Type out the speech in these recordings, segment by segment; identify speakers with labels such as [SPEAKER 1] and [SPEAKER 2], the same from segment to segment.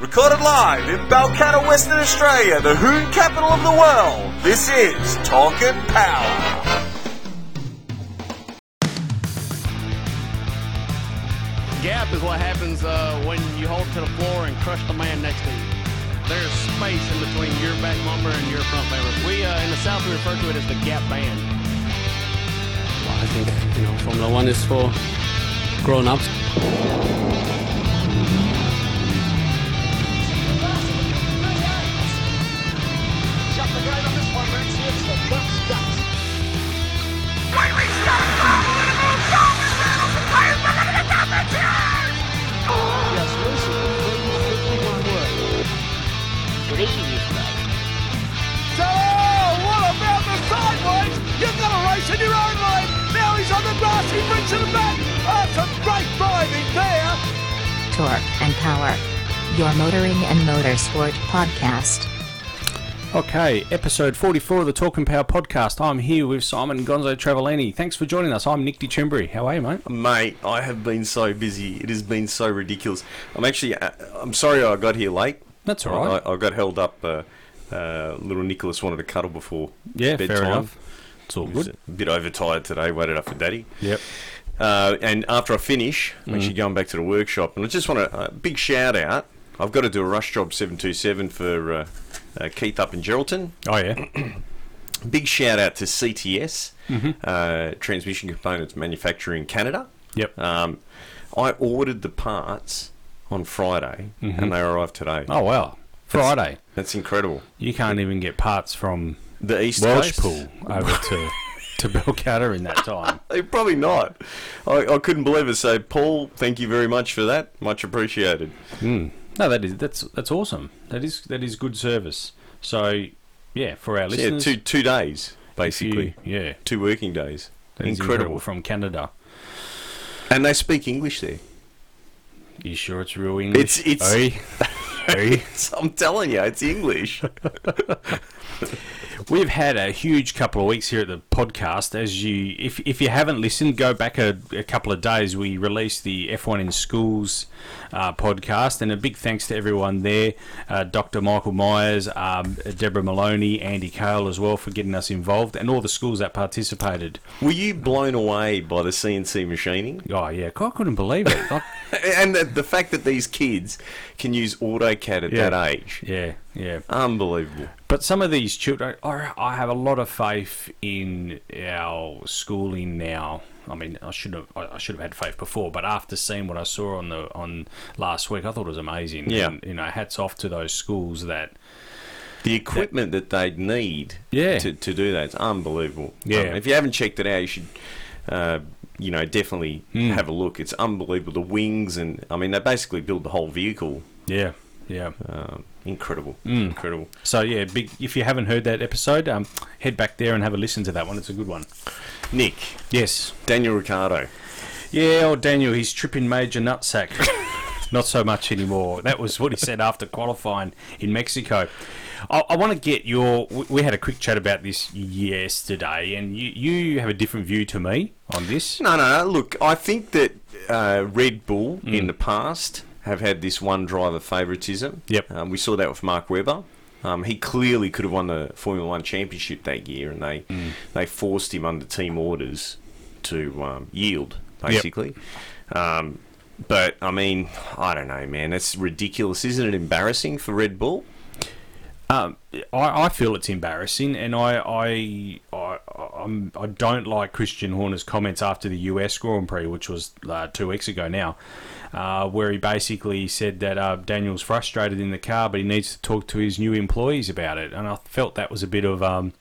[SPEAKER 1] Recorded live in Balcata, Western Australia, the Hoon capital of the world, this is Talking Power.
[SPEAKER 2] Gap is what happens uh, when you hold to the floor and crush the man next to you. There's space in between your back bumper and your front bumper. We uh, in the South we refer to it as the gap band. Well, I think you know Formula One is for grown-ups.
[SPEAKER 3] So, oh, what about the sideways? You've got a race in your own lane. Now he's on the grass. He brings to the back. That's a great driving there.
[SPEAKER 4] Torque and Power. Your motoring and motorsport podcast.
[SPEAKER 5] Okay, episode 44 of the Talking Power podcast. I'm here with Simon Gonzo Travellini. Thanks for joining us. I'm Nick DiCembri. How are you, mate?
[SPEAKER 6] Mate, I have been so busy. It has been so ridiculous. I'm actually, uh, I'm sorry I got here late.
[SPEAKER 5] That's all right.
[SPEAKER 6] I, I got held up. Uh, uh, little Nicholas wanted to cuddle before
[SPEAKER 5] Yeah, fair
[SPEAKER 6] bedtime.
[SPEAKER 5] enough. It's all
[SPEAKER 6] He was
[SPEAKER 5] good.
[SPEAKER 6] a bit overtired today. Waited up for daddy.
[SPEAKER 5] Yep.
[SPEAKER 6] Uh, and after I finish,
[SPEAKER 5] Mm.
[SPEAKER 6] I'm actually going back to the workshop, and I just want a uh, big shout out. I've got to do a rush job 727 for uh, uh, Keith up in Geraldton.
[SPEAKER 5] Oh, yeah.
[SPEAKER 6] Big shout out to CTS,
[SPEAKER 5] Mm-hmm.
[SPEAKER 6] uh, Transmission Components Manufacturing Canada.
[SPEAKER 5] Yep.
[SPEAKER 6] Um, I ordered the parts on Friday and they arrived today.
[SPEAKER 5] Mm-hmm. Oh, wow. Friday.
[SPEAKER 6] That's incredible.
[SPEAKER 5] You can't even get parts from
[SPEAKER 6] The East Coast.
[SPEAKER 5] Welshpool over to, to Belcata in that time.
[SPEAKER 6] Eh, Probably not. I, I couldn't believe it. So, Paul, thank you very much for that. Much appreciated.
[SPEAKER 5] No, that is that's that's awesome. That is that is good service. So, yeah, for our
[SPEAKER 6] So, yeah,
[SPEAKER 5] listeners,
[SPEAKER 6] two two days
[SPEAKER 5] if you-
[SPEAKER 6] basically,
[SPEAKER 5] yeah,
[SPEAKER 6] two working days.
[SPEAKER 5] that is
[SPEAKER 6] incredible.
[SPEAKER 5] from Canada.
[SPEAKER 6] And they speak English there.
[SPEAKER 5] You sure it's real English?
[SPEAKER 6] It's- it's-
[SPEAKER 5] Oi? Oi?
[SPEAKER 6] So I'm telling you, it's English.
[SPEAKER 5] We've had a huge couple of weeks here at the podcast. As you, if, if you haven't listened, go back a, a couple of days. We released the F1 in Schools uh, podcast, and a big thanks to everyone there uh, Dr. Michael Myers, um, Deborah Maloney, Andy Cale as well for getting us involved, and all the schools that participated.
[SPEAKER 6] Were you blown away by the CNC machining?
[SPEAKER 5] Oh, yeah, I couldn't believe it. Like,
[SPEAKER 6] And the, the fact that these kids can use AutoCAD at
[SPEAKER 5] Yeah.
[SPEAKER 6] that age.
[SPEAKER 5] yeah, yeah.
[SPEAKER 6] Unbelievable.
[SPEAKER 5] But some of these children, I I have a lot of faith in our schooling now. I mean, I should have I I should have had faith before, but after seeing what I saw on the on last week, I thought it was amazing.
[SPEAKER 6] Yeah.
[SPEAKER 5] and, you know, hats off to those schools that
[SPEAKER 6] The equipment that they'd need
[SPEAKER 5] Yeah.
[SPEAKER 6] to, to do that is unbelievable.
[SPEAKER 5] Yeah.
[SPEAKER 6] Um, if you haven't checked it out, you should, uh, you know, definitely
[SPEAKER 5] Hmm.
[SPEAKER 6] have a look. It's unbelievable. The wings and, I mean, they basically build the whole vehicle.
[SPEAKER 5] yeah yeah.
[SPEAKER 6] Um, incredible.
[SPEAKER 5] Hmm.
[SPEAKER 6] Incredible.
[SPEAKER 5] So yeah, big. If you haven't heard that episode, um, head back there and have a listen to that one. It's a good one.
[SPEAKER 6] Nick,
[SPEAKER 5] Yes,
[SPEAKER 6] Daniel Ricciardo.
[SPEAKER 5] yeah. Old Daniel, he's tripping major nutsack. Not so much anymore. That was what he said after qualifying in Mexico. I, I want to get your. we- We had a quick chat about this yesterday, and you, you have a different view to me on this.
[SPEAKER 6] No, no, no. Look, I think that uh, Red Bull in the past have had this one driver favouritism.
[SPEAKER 5] Yep.
[SPEAKER 6] Um, we saw that with Mark Webber. Um, he clearly could have won the Formula One championship that year, and they they forced him under team orders to um, yield, basically. Um, but I mean, I don't know, man. That's ridiculous, isn't it? Embarrassing for Red Bull.
[SPEAKER 5] Um, I, I feel it's embarrassing, and I I I I'm, I don't like Christian Horner's comments after the U.S. Grand Prix, which was uh, two weeks ago now, uh, where he basically said that uh, Daniel's frustrated in the car, but he needs to talk to his new employees about it, and I felt that was a bit of um,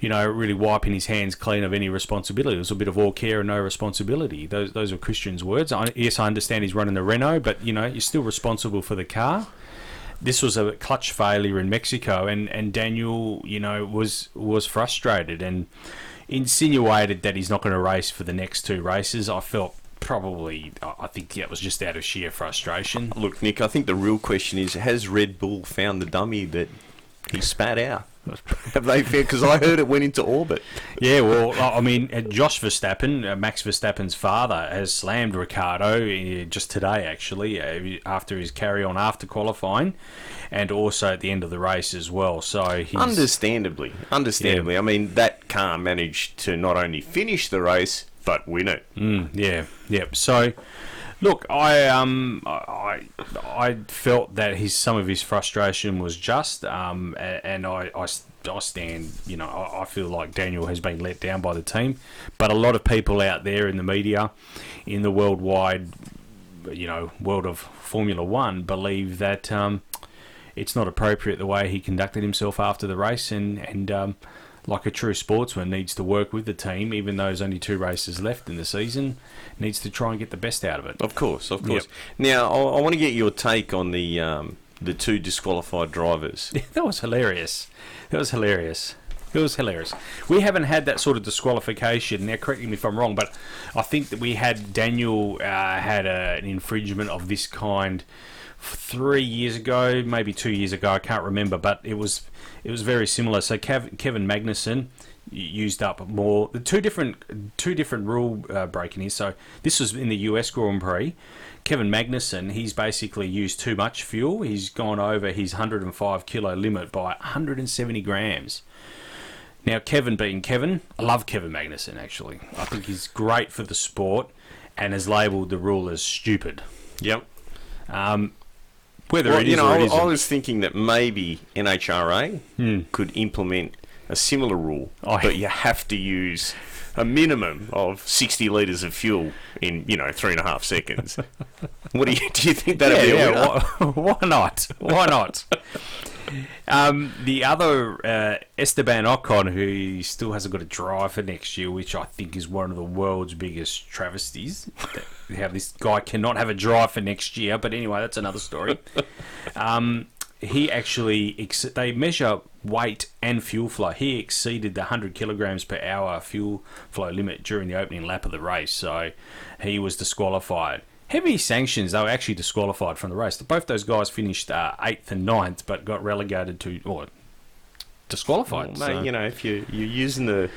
[SPEAKER 5] you know, really wiping his hands clean of any responsibility. It was a bit of all care and no responsibility. Those those are Christian's words. I, yes, I understand he's running the Renault, but you know, you're still responsible for the car. This was a clutch failure in Mexico, and, and Daniel, you know, was was frustrated and insinuated that he's not going to race for the next two races. I felt probably, I I think that was just out of sheer frustration.
[SPEAKER 6] Look, Nick, I think the real question is: Has Red Bull found the dummy that He spat out. Have they feared? Because I heard it went into orbit.
[SPEAKER 5] Yeah, well, I I mean, uh, Josh Verstappen, uh, Max Verstappen's father, has slammed Ricardo uh, just today, actually, uh, after his carry on after qualifying, and also at the end of the race as well. So he's
[SPEAKER 6] Understandably, understandably. I mean, that car managed to not only finish the race but win it.
[SPEAKER 5] Mm, yeah, yeah. So, look, I um, I I felt that his some of his frustration was just, um, a- and I, I s- I stand, you know, I, I feel like Daniel has been let down by the team, but a lot of people out there in the media, in the worldwide, you know, world of Formula One, believe that um, it's not appropriate the way he conducted himself after the race, and and um, like a true sportsman, needs to work with the team, even though there's only two races left in the season, needs to try and get the best out of it.
[SPEAKER 6] Of course, of course. Now, I, I want to get your take on the um, the two disqualified drivers.
[SPEAKER 5] that was hilarious. That was hilarious. It was hilarious. We haven't had that sort of disqualification. Now, correct me if I'm wrong, but I think that we had Daniel uh, had a, an infringement of this kind three years ago, maybe two years ago. I can't remember, but it was it was very similar. So Kev, Kevin Magnuson used up more the two different two different rule uh, breaking is so this was in the US Grand Prix Kevin Magnussen he's basically used too much fuel he's gone over his 105 kilo limit by 170 grams now, Kevin being Kevin, I love Kevin Magnuson, actually. I think he's great for the sport and has labelled the rule as stupid.
[SPEAKER 6] Yep.
[SPEAKER 5] Um, whether
[SPEAKER 6] Well,
[SPEAKER 5] it is
[SPEAKER 6] you know,
[SPEAKER 5] or it
[SPEAKER 6] I,
[SPEAKER 5] isn't. Hmm.
[SPEAKER 6] I was thinking that maybe NHRA could implement a similar rule,
[SPEAKER 5] Oh,
[SPEAKER 6] but you have to use a minimum of sixty litres of fuel in you know three and a half seconds. what do you do? You think that'd be a winner?
[SPEAKER 5] why, why not? Why not? um, the other uh, Esteban Ocon, who still hasn't got a drive for next year, which I think is one of the world's biggest travesties. that- How this guy cannot have a drive for next year, but anyway, that's another story. Um, he actually ex- they measure weight and fuel flow. He exceeded the 100 kilograms per hour fuel flow limit during the opening lap of the race, so he was disqualified. Heavy sanctions. They were actually disqualified from the race. Both those guys finished uh, eighth and ninth, but got relegated to or disqualified.
[SPEAKER 6] Well, mate,
[SPEAKER 5] so-
[SPEAKER 6] you know, if you you're using the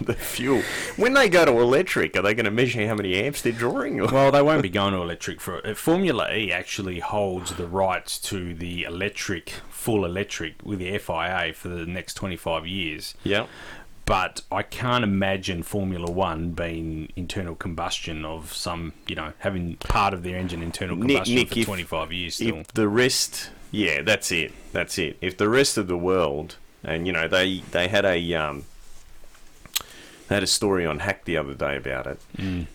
[SPEAKER 6] the fuel when they go to electric, are they going to measure how many amps they're drawing? Or?
[SPEAKER 5] Well, they won't be going to electric for it. Formula E actually holds the rights to the electric, full electric, with the FIA for the next 25 years.
[SPEAKER 6] Yeah.
[SPEAKER 5] but I can't imagine Formula One being internal combustion of some, you know, having part of their engine internal
[SPEAKER 6] Nick-
[SPEAKER 5] combustion
[SPEAKER 6] Nick,
[SPEAKER 5] for
[SPEAKER 6] if-
[SPEAKER 5] 25 years still.
[SPEAKER 6] If the rest, yeah, that's it, that's it. If the rest of the world, and you know, they they had a um, they had a story on Hack the other day about it,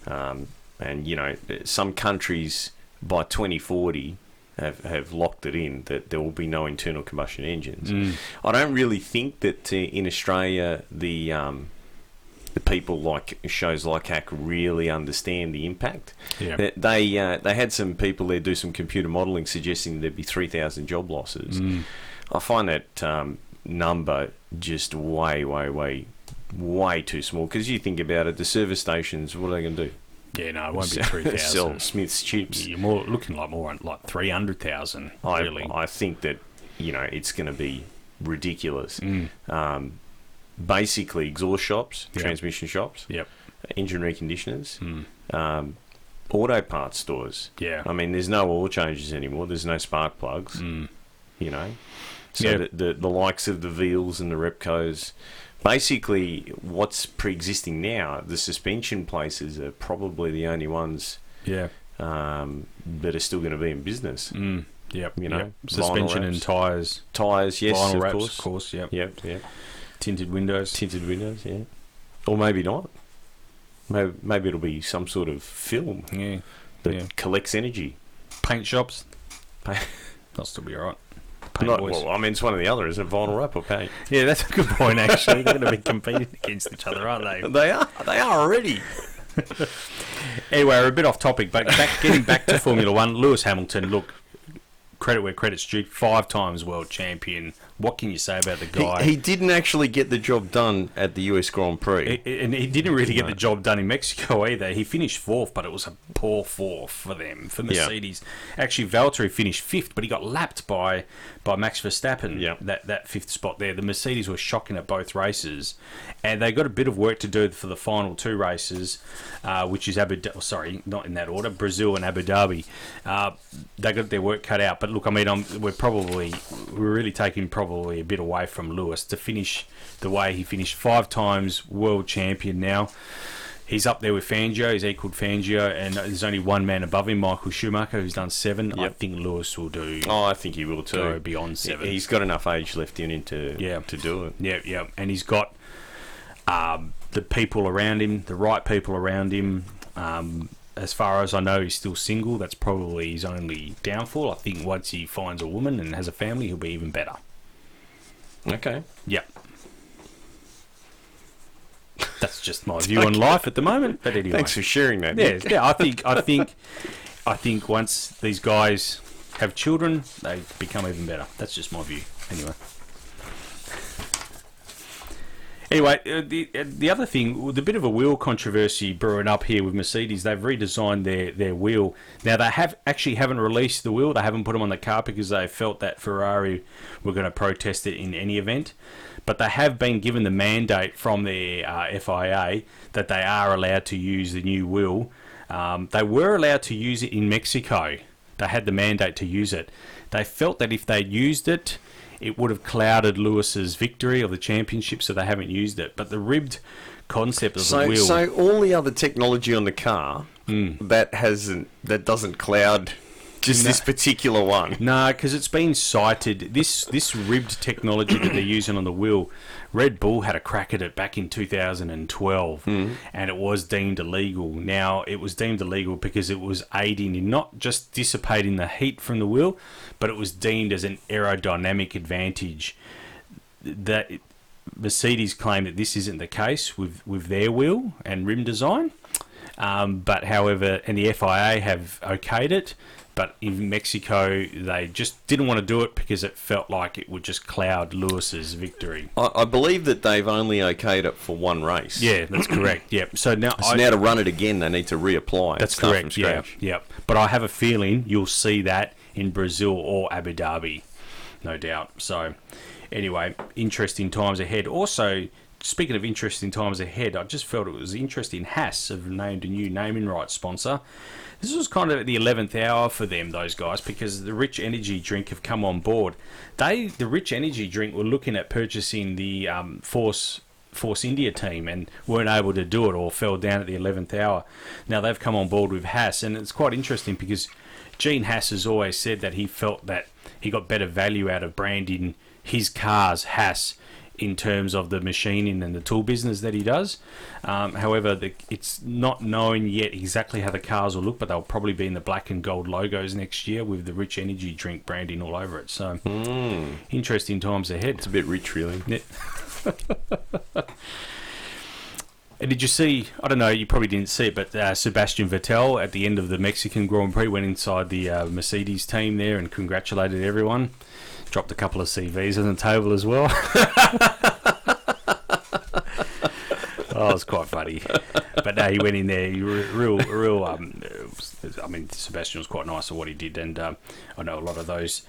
[SPEAKER 6] um, and you know, some countries by 2040 have have locked it in that there will be no internal combustion engines. I don't really think that uh, in Australia the um, the people like shows like Hack really understand the impact.
[SPEAKER 5] Yeah.
[SPEAKER 6] That They uh, they had some people there do some computer modelling suggesting there'd be three thousand job losses. I find that um, number just way way way way too small because you think about it, the service stations, what are they going to do?
[SPEAKER 5] yeah, no, it won't be
[SPEAKER 6] Sell
[SPEAKER 5] 3,000.
[SPEAKER 6] Smith's chips.
[SPEAKER 5] You're more looking like more like 300,000,
[SPEAKER 6] I,
[SPEAKER 5] really.
[SPEAKER 6] I think that you know it's going to be ridiculous. Um, basically, exhaust shops,
[SPEAKER 5] Mm. Yeah.
[SPEAKER 6] transmission shops,
[SPEAKER 5] yep.
[SPEAKER 6] engine reconditioners, um, auto parts stores.
[SPEAKER 5] Yeah.
[SPEAKER 6] I mean, there's no oil changes anymore. There's no spark plugs. You know, so
[SPEAKER 5] Mm. Yeah.
[SPEAKER 6] the, the the likes of the Veals and the Repcos, basically, what's pre-existing now, the suspension places are probably the only ones
[SPEAKER 5] Yeah.
[SPEAKER 6] um, that are still going to be in business.
[SPEAKER 5] Mm, yep.
[SPEAKER 6] You know,
[SPEAKER 5] yep.
[SPEAKER 6] vinyl
[SPEAKER 5] suspension and
[SPEAKER 6] wraps.
[SPEAKER 5] tyres.
[SPEAKER 6] Tires, yes,
[SPEAKER 5] vinyl
[SPEAKER 6] of
[SPEAKER 5] wraps,
[SPEAKER 6] course.
[SPEAKER 5] of course, yep.
[SPEAKER 6] Yep, yep.
[SPEAKER 5] Tinted windows.
[SPEAKER 6] Tinted windows, yeah. Or maybe not. Maybe, maybe it'll be some sort of film
[SPEAKER 5] yeah.
[SPEAKER 6] that
[SPEAKER 5] Yeah.
[SPEAKER 6] collects energy.
[SPEAKER 5] Paint shops.
[SPEAKER 6] Pa-
[SPEAKER 5] That'll still be all right. Paint
[SPEAKER 6] Not-
[SPEAKER 5] boys.
[SPEAKER 6] well, I mean, it's one or the other, isn't it? Vinyl wrap or paint?
[SPEAKER 5] yeah, that's a good point, actually. They're going to be competing against each other, aren't they?
[SPEAKER 6] They are. They are already.
[SPEAKER 5] Anyway, we're a bit off topic, but back, getting back to Formula One, Lewis Hamilton, look, credit where credit's due, five times world champion, what can you say about the
[SPEAKER 6] He,
[SPEAKER 5] guy?
[SPEAKER 6] he didn't actually get the job done at the US Grand Prix.
[SPEAKER 5] I- and he didn't really get the job done in Mexico either. He finished fourth, but it was a poor fourth for them for Mercedes. Actually, Valtteri finished fifth, but he got lapped by by Max Verstappen.
[SPEAKER 6] Yeah.
[SPEAKER 5] Um, that that fifth spot there. The Mercedes were shocking at both races, and they got a bit of work to do for the final two races, uh, which is Abu. Da- oh, sorry, not in that order. Brazil and Abu Dhabi. Uh, they got their work cut out. But look, I mean, I'm, we're probably we're really taking probably a bit away from Lewis to finish the way he finished five times world champion now. He's up there with Fangio. He's equaled Fangio, and there's only one man above him, Michael Schumacher, who's done seven. I
[SPEAKER 6] Yep.
[SPEAKER 5] think Lewis will do.
[SPEAKER 6] oh, I think he will too.
[SPEAKER 5] Go beyond seven.
[SPEAKER 6] He's got enough age left in him to
[SPEAKER 5] Yeah.
[SPEAKER 6] to do it.
[SPEAKER 5] Yeah, yeah, and he's got um, the people around him, the right people around him. Um, as far as I know, he's still single. That's probably his only downfall. I think once he finds a woman and has a family, he'll be even better.
[SPEAKER 6] Okay.
[SPEAKER 5] Yep. That's just my view on life at the moment. But anyway,
[SPEAKER 6] Thanks for sharing that.
[SPEAKER 5] yeah, yeah. I think I think I think once these guys have children, they become even better. That's just my view, anyway. Anyway, uh, the uh, the other thing, the bit of a wheel controversy brewing up here with Mercedes. They've redesigned their, their wheel. Now they have actually haven't released the wheel. They haven't put them on the car because they felt that Ferrari were going to protest it in any event. But they have been given the mandate from their uh, FIA that they are allowed to use the new wheel. Um, they were allowed to use it in Mexico. They had the mandate to use it. They felt that if they used it, it would have clouded Lewis's victory of the championship, so they haven't used it. But the ribbed concept of the
[SPEAKER 6] So,
[SPEAKER 5] wheel, Hmm.
[SPEAKER 6] so all the other technology on the car that hasn't that doesn't cloud just this particular one.
[SPEAKER 5] nah, because it's been cited. This this ribbed technology that they're using on the wheel, Red Bull had a crack at it back in 2012, and it was deemed illegal. Now it was deemed illegal because it was aiding in not just dissipating the heat from the wheel, but it was deemed as an aerodynamic advantage. that Mercedes claim that this isn't the case with, with their wheel and rim design. Um, but however, and the FIA have okayed it. But in Mexico, they just didn't want to do it because it felt like it would just cloud Lewis's victory.
[SPEAKER 6] I, I believe that they've only okayed it for one race.
[SPEAKER 5] Yeah, that's correct. Yep. So now,
[SPEAKER 6] So
[SPEAKER 5] I,
[SPEAKER 6] now to run it again, they need to reapply.
[SPEAKER 5] that's
[SPEAKER 6] start
[SPEAKER 5] correct.
[SPEAKER 6] From
[SPEAKER 5] Yeah,
[SPEAKER 6] scratch.
[SPEAKER 5] yeah. But I have a feeling you'll see that in Brazil or Abu Dhabi, no doubt. So, anyway, interesting times ahead. Also, speaking of interesting times ahead, I just felt it was interesting. Haas have named a new naming rights sponsor. This was kind of at the eleventh hour for them, those guys, because the Rich Energy drink have come on board. They, the Rich Energy drink, were looking at purchasing the um, Force Force India team and weren't able to do it or fell down at the 11th hour. Now they've come on board with Haas, and it's quite interesting because Gene Haas has always said that he felt that he got better value out of branding his cars Haas in terms of the machining and the tool business that he does. Um, however, the, it's not known yet exactly how the cars will look, but they'll probably be in the black and gold logos next year with the Rich Energy drink branding all over it. So, interesting times ahead.
[SPEAKER 6] Hmm. It's a bit rich, really.
[SPEAKER 5] Yeah. and did you see? I don't know. You probably didn't see it, but uh, Sebastian Vettel at the end of the Mexican Grand Prix went inside the uh, Mercedes team there and congratulated everyone. Dropped a couple of CVs on the table as well. oh, it was quite funny. But no, he went in there. He re- real, real. Um, it was- I mean, Sebastian was quite nice at what he did, and um, I know a lot of those,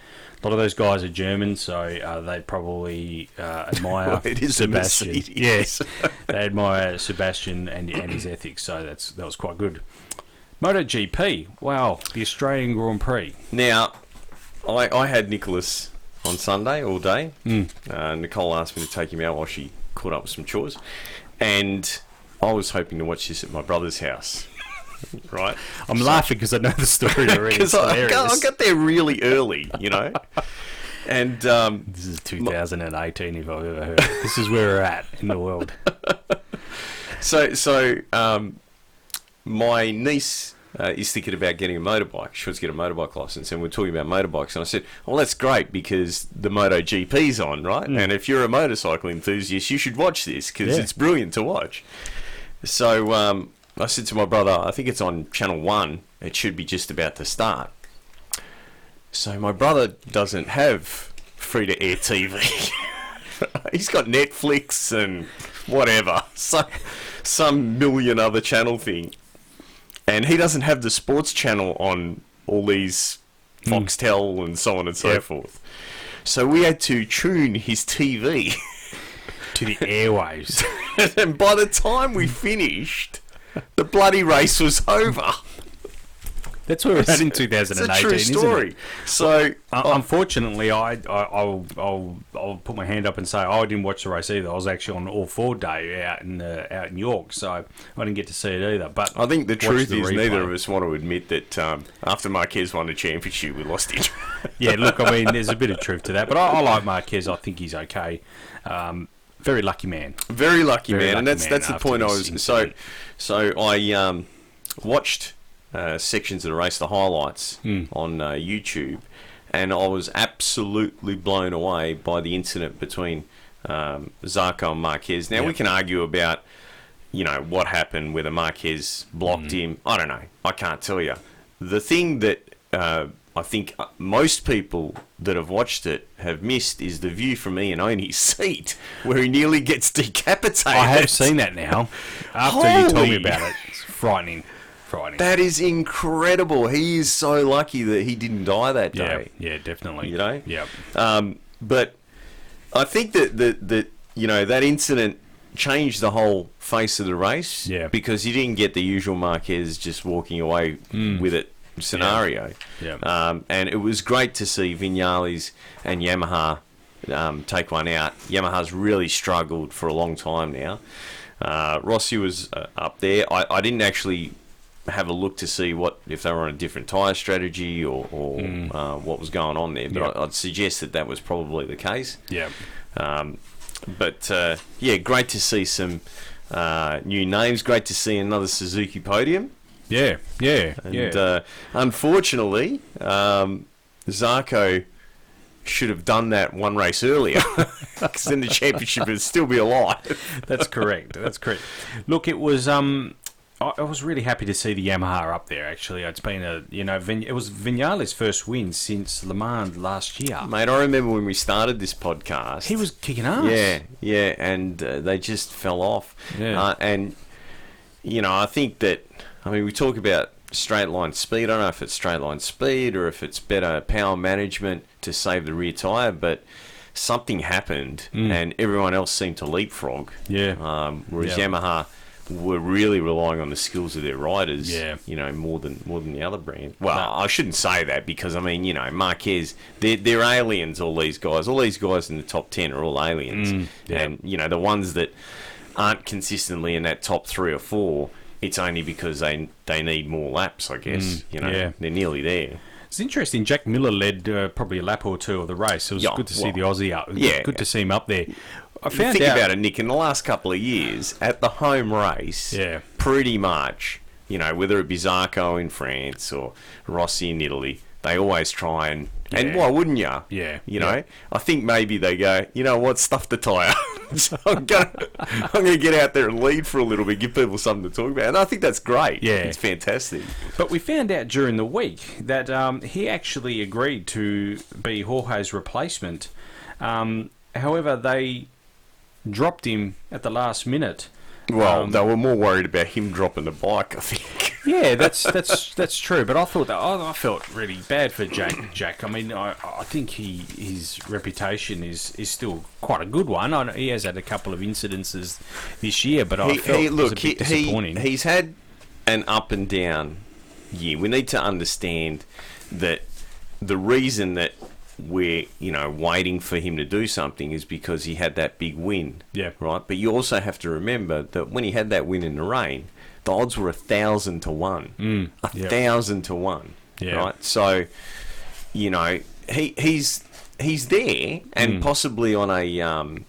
[SPEAKER 5] a lot of those guys are German, so uh, they probably uh, admire
[SPEAKER 6] Well, it is a
[SPEAKER 5] Sebastian.
[SPEAKER 6] Mercedes.
[SPEAKER 5] Yes, they admire Sebastian and and his ethics. So that's that was quite good. MotoGP, wow, the Australian Grand Prix.
[SPEAKER 6] Now, I, I had Nicholas on Sunday all day.
[SPEAKER 5] Hmm.
[SPEAKER 6] Uh, Nicole asked me to take him out while she caught up with some chores. And I was hoping to watch this at my brother's house. right?
[SPEAKER 5] I'm laughing because I know the story already. It's
[SPEAKER 6] Because I, I, got, I
[SPEAKER 5] hilarious.
[SPEAKER 6] got there really early, you know? and um,
[SPEAKER 5] This is 2018, if I've ever heard. it. This is where we're at in the world.
[SPEAKER 6] So, so um, my niece uh, is thinking about getting a motorbike. She wants to get a motorbike license, and we're talking about motorbikes. And I said, "Well, that's great because the Moto GP's on, right? And if you're a motorcycle enthusiast, you should watch this because
[SPEAKER 5] Yeah.
[SPEAKER 6] it's brilliant to watch." So um, I said to my brother, "I think it's on Channel One. It should be just about to start." So my brother doesn't have free to air TV. He's got Netflix and whatever, some, some million other channel thing. And he doesn't have the sports channel on all these Foxtel and so on and so
[SPEAKER 5] Hmm. Yep.
[SPEAKER 6] forth. So we had to tune his TV.
[SPEAKER 5] to the airwaves.
[SPEAKER 6] and by the time we finished, the bloody race was over.
[SPEAKER 5] That's where we're at in
[SPEAKER 6] It's
[SPEAKER 5] 2018.
[SPEAKER 6] a true
[SPEAKER 5] isn't it?
[SPEAKER 6] story. So
[SPEAKER 5] Uh, unfortunately, I, I I'll, I'll I'll put my hand up and say I didn't watch the race either. I was actually on all four day out in uh, out in York, so I didn't get to see it either. But
[SPEAKER 6] I think the
[SPEAKER 5] watched
[SPEAKER 6] truth is
[SPEAKER 5] replay.
[SPEAKER 6] neither of us want to admit that um, after Marquez won the championship, we lost it.
[SPEAKER 5] Yeah, look, I mean, there's a bit of truth to that, but I, I like Marquez. I think he's okay. Um, very lucky man.
[SPEAKER 6] Very lucky
[SPEAKER 5] Very
[SPEAKER 6] man, and
[SPEAKER 5] lucky
[SPEAKER 6] that's
[SPEAKER 5] man
[SPEAKER 6] that's the
[SPEAKER 5] after
[SPEAKER 6] point I
[SPEAKER 5] this
[SPEAKER 6] was. So,
[SPEAKER 5] incident.
[SPEAKER 6] so I um, watched uh, sections of the race, the highlights
[SPEAKER 5] Hmm.
[SPEAKER 6] on uh, YouTube, and I was absolutely blown away by the incident between um, Zarco and Marquez. Now we can argue about you know what happened, whether Marquez blocked
[SPEAKER 5] Hmm.
[SPEAKER 6] him. I don't know. I can't tell you. The thing that uh, I think uh, most people that have watched it have missed is the view from Ian Oney's seat, where he nearly gets decapitated.
[SPEAKER 5] I have seen that now. After you told me
[SPEAKER 6] Holy.
[SPEAKER 5] about it, it's frightening, frightening.
[SPEAKER 6] That is incredible. He is so lucky that he didn't die that
[SPEAKER 5] yeah,
[SPEAKER 6] day.
[SPEAKER 5] yeah, definitely.
[SPEAKER 6] You know?
[SPEAKER 5] yeah.
[SPEAKER 6] Um, but I think that, that that you know that incident changed the whole face of the race.
[SPEAKER 5] Yeah.
[SPEAKER 6] Because you didn't get the usual Marquez just walking away with it scenario.
[SPEAKER 5] Hmm. Yeah.
[SPEAKER 6] Um, and it was great to see Vinales and Yamaha um, take one out. Yamaha's really struggled for a long time now. Uh, Rossi was uh, up there. I, I didn't actually have a look to see what if they were on a different tyre strategy or, or uh, what was going on there, but
[SPEAKER 5] Mm. Yeah.
[SPEAKER 6] I, I'd suggest that that was probably the case.
[SPEAKER 5] Yeah.
[SPEAKER 6] Um, but uh, yeah, great to see some uh, new names. Great to see another Suzuki podium.
[SPEAKER 5] Yeah, yeah,
[SPEAKER 6] And
[SPEAKER 5] yeah.
[SPEAKER 6] uh, unfortunately, um, Zarko should have done that one race earlier because then the championship would still be alive.
[SPEAKER 5] That's correct. That's correct. Look, it was. Um, I, I was really happy to see the Yamaha up there. Actually, it's been a you know, Vin, it was Vinales' first win since Le Mans last year.
[SPEAKER 6] Mate, I remember when we started this podcast.
[SPEAKER 5] He was kicking ass.
[SPEAKER 6] Yeah, yeah, and uh, they just fell off.
[SPEAKER 5] Yeah.
[SPEAKER 6] Uh, and, you know, I think that, I mean, we talk about straight line speed. I don't know if it's straight line speed or if it's better power management to save the rear tyre, but something happened and everyone else seemed to leapfrog.
[SPEAKER 5] Mm. Yeah.
[SPEAKER 6] Um, whereas
[SPEAKER 5] Yeah.
[SPEAKER 6] Yamaha were really relying on the skills of their riders
[SPEAKER 5] Yeah.
[SPEAKER 6] you know, more than more than the other brand. Well, I shouldn't say that because I mean, you know, Marquez, they're, they're aliens. All these guys, all these guys in the top ten are all aliens, and you know, the ones that aren't consistently in that top three or four, it's only because they they need more laps. I guess you know,
[SPEAKER 5] yeah.
[SPEAKER 6] they're nearly there.
[SPEAKER 5] It's interesting. Jack Miller led uh, probably a lap or two of the race. It was
[SPEAKER 6] Yeah,
[SPEAKER 5] good to see
[SPEAKER 6] well,
[SPEAKER 5] the Aussie up.
[SPEAKER 6] yeah,
[SPEAKER 5] good to see him up there. I
[SPEAKER 6] You
[SPEAKER 5] found
[SPEAKER 6] think
[SPEAKER 5] out.
[SPEAKER 6] about it, Nick. In the last couple of years, at the home race,
[SPEAKER 5] Yeah.
[SPEAKER 6] pretty much, you know, whether it be Zarco in France or Rossi in Italy, they always try and and
[SPEAKER 5] Yeah.
[SPEAKER 6] why wouldn't ya?
[SPEAKER 5] Yeah,
[SPEAKER 6] you know, I think maybe they go, you know what, stuff the tire. so I'm gonna, I'm gonna get out there and lead for a little bit, give people something to talk about, and I think that's great.
[SPEAKER 5] Yeah.
[SPEAKER 6] it's fantastic.
[SPEAKER 5] But we found out during the week that um, he actually agreed to be Jorge's replacement. Um, however, they dropped him at the last minute.
[SPEAKER 6] Well,
[SPEAKER 5] Um,
[SPEAKER 6] they were more worried about him dropping the bike, I think.
[SPEAKER 5] Yeah, that's that's that's true. But I thought that I, I felt really bad for Jack. Jack, I mean, I, I think he his reputation is, is still quite a good one. I know he has had a couple of incidences this year, but I
[SPEAKER 6] he,
[SPEAKER 5] felt
[SPEAKER 6] he,
[SPEAKER 5] it was
[SPEAKER 6] look,
[SPEAKER 5] a bit
[SPEAKER 6] he,
[SPEAKER 5] disappointing.
[SPEAKER 6] he, he's had an up and down year. We need to understand that the reason that we're you know waiting for him to do something is because he had that big win.
[SPEAKER 5] Yeah.
[SPEAKER 6] Right. But you also have to remember that when he had that win in the rain, the odds were a thousand to one. Mm, a
[SPEAKER 5] yeah.
[SPEAKER 6] thousand to one.
[SPEAKER 5] Yeah.
[SPEAKER 6] Right. So you know he he's he's there
[SPEAKER 5] Mm.
[SPEAKER 6] and possibly on a um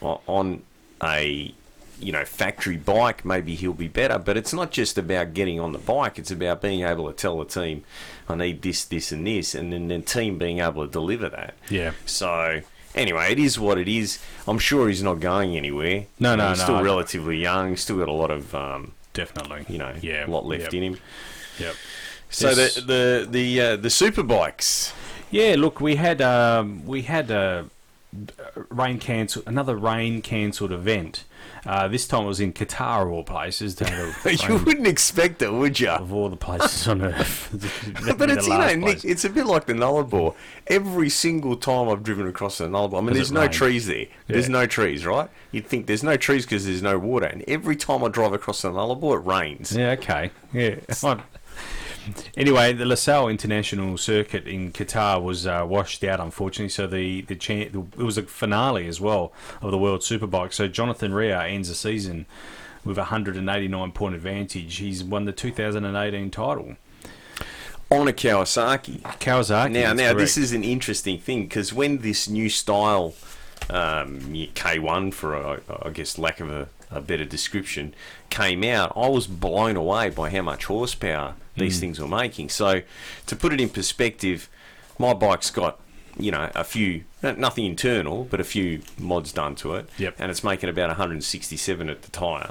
[SPEAKER 6] o- on a you know factory bike maybe he'll be better but it's not just about getting on the bike it's about being able to tell the team i need this this and this and then the team being able to deliver that
[SPEAKER 5] Yeah.
[SPEAKER 6] so anyway it is what it is i'm sure he's not going anywhere
[SPEAKER 5] No,
[SPEAKER 6] You know,
[SPEAKER 5] no,
[SPEAKER 6] he's
[SPEAKER 5] no,
[SPEAKER 6] still
[SPEAKER 5] I-
[SPEAKER 6] relatively young still got a lot of um
[SPEAKER 5] Definitely,
[SPEAKER 6] you know
[SPEAKER 5] yeah,
[SPEAKER 6] a lot left
[SPEAKER 5] yep,
[SPEAKER 6] in him
[SPEAKER 5] Yep.
[SPEAKER 6] so
[SPEAKER 5] Yes.
[SPEAKER 6] the the the uh, the super bikes
[SPEAKER 5] Yeah, look, we had um, we had a rain cancel another rain cancelled event. Uh, this time it was in Qatar, of all places. to have a
[SPEAKER 6] you
[SPEAKER 5] rain-
[SPEAKER 6] wouldn't expect it, would you?
[SPEAKER 5] of all the places on earth.
[SPEAKER 6] But it's you know, Nick,
[SPEAKER 5] place.
[SPEAKER 6] it's a bit like the Nullarbor. Every single time I've driven across the Nullarbor, I mean,
[SPEAKER 5] Does
[SPEAKER 6] there's
[SPEAKER 5] it
[SPEAKER 6] no
[SPEAKER 5] rain?
[SPEAKER 6] trees there. There's
[SPEAKER 5] Yeah.
[SPEAKER 6] no trees, right? You'd think there's no trees because there's no water. And every time I drive across the Nullarbor, it rains.
[SPEAKER 5] Yeah, okay. Yeah. anyway, the LaSalle International Circuit in Qatar was uh, washed out, unfortunately. So the the, cha- the it was a finale as well of the World Superbike. So Jonathan Rea ends the season with a 189 point advantage. He's won the 2018 title.
[SPEAKER 6] On a Kawasaki.
[SPEAKER 5] Kawasaki.
[SPEAKER 6] Now,
[SPEAKER 5] that's
[SPEAKER 6] now this
[SPEAKER 5] correct.
[SPEAKER 6] is an interesting thing because when this new style um, y- K1, for uh, I guess lack of a, a better description, came out, I was blown away by how much horsepower
[SPEAKER 5] Hmm.
[SPEAKER 6] these things were making. So, to put it in perspective, my bike's got you know a few no- nothing internal, but a few mods done to it,
[SPEAKER 5] Yep. Hmm.
[SPEAKER 6] and it's making about 167 at the tire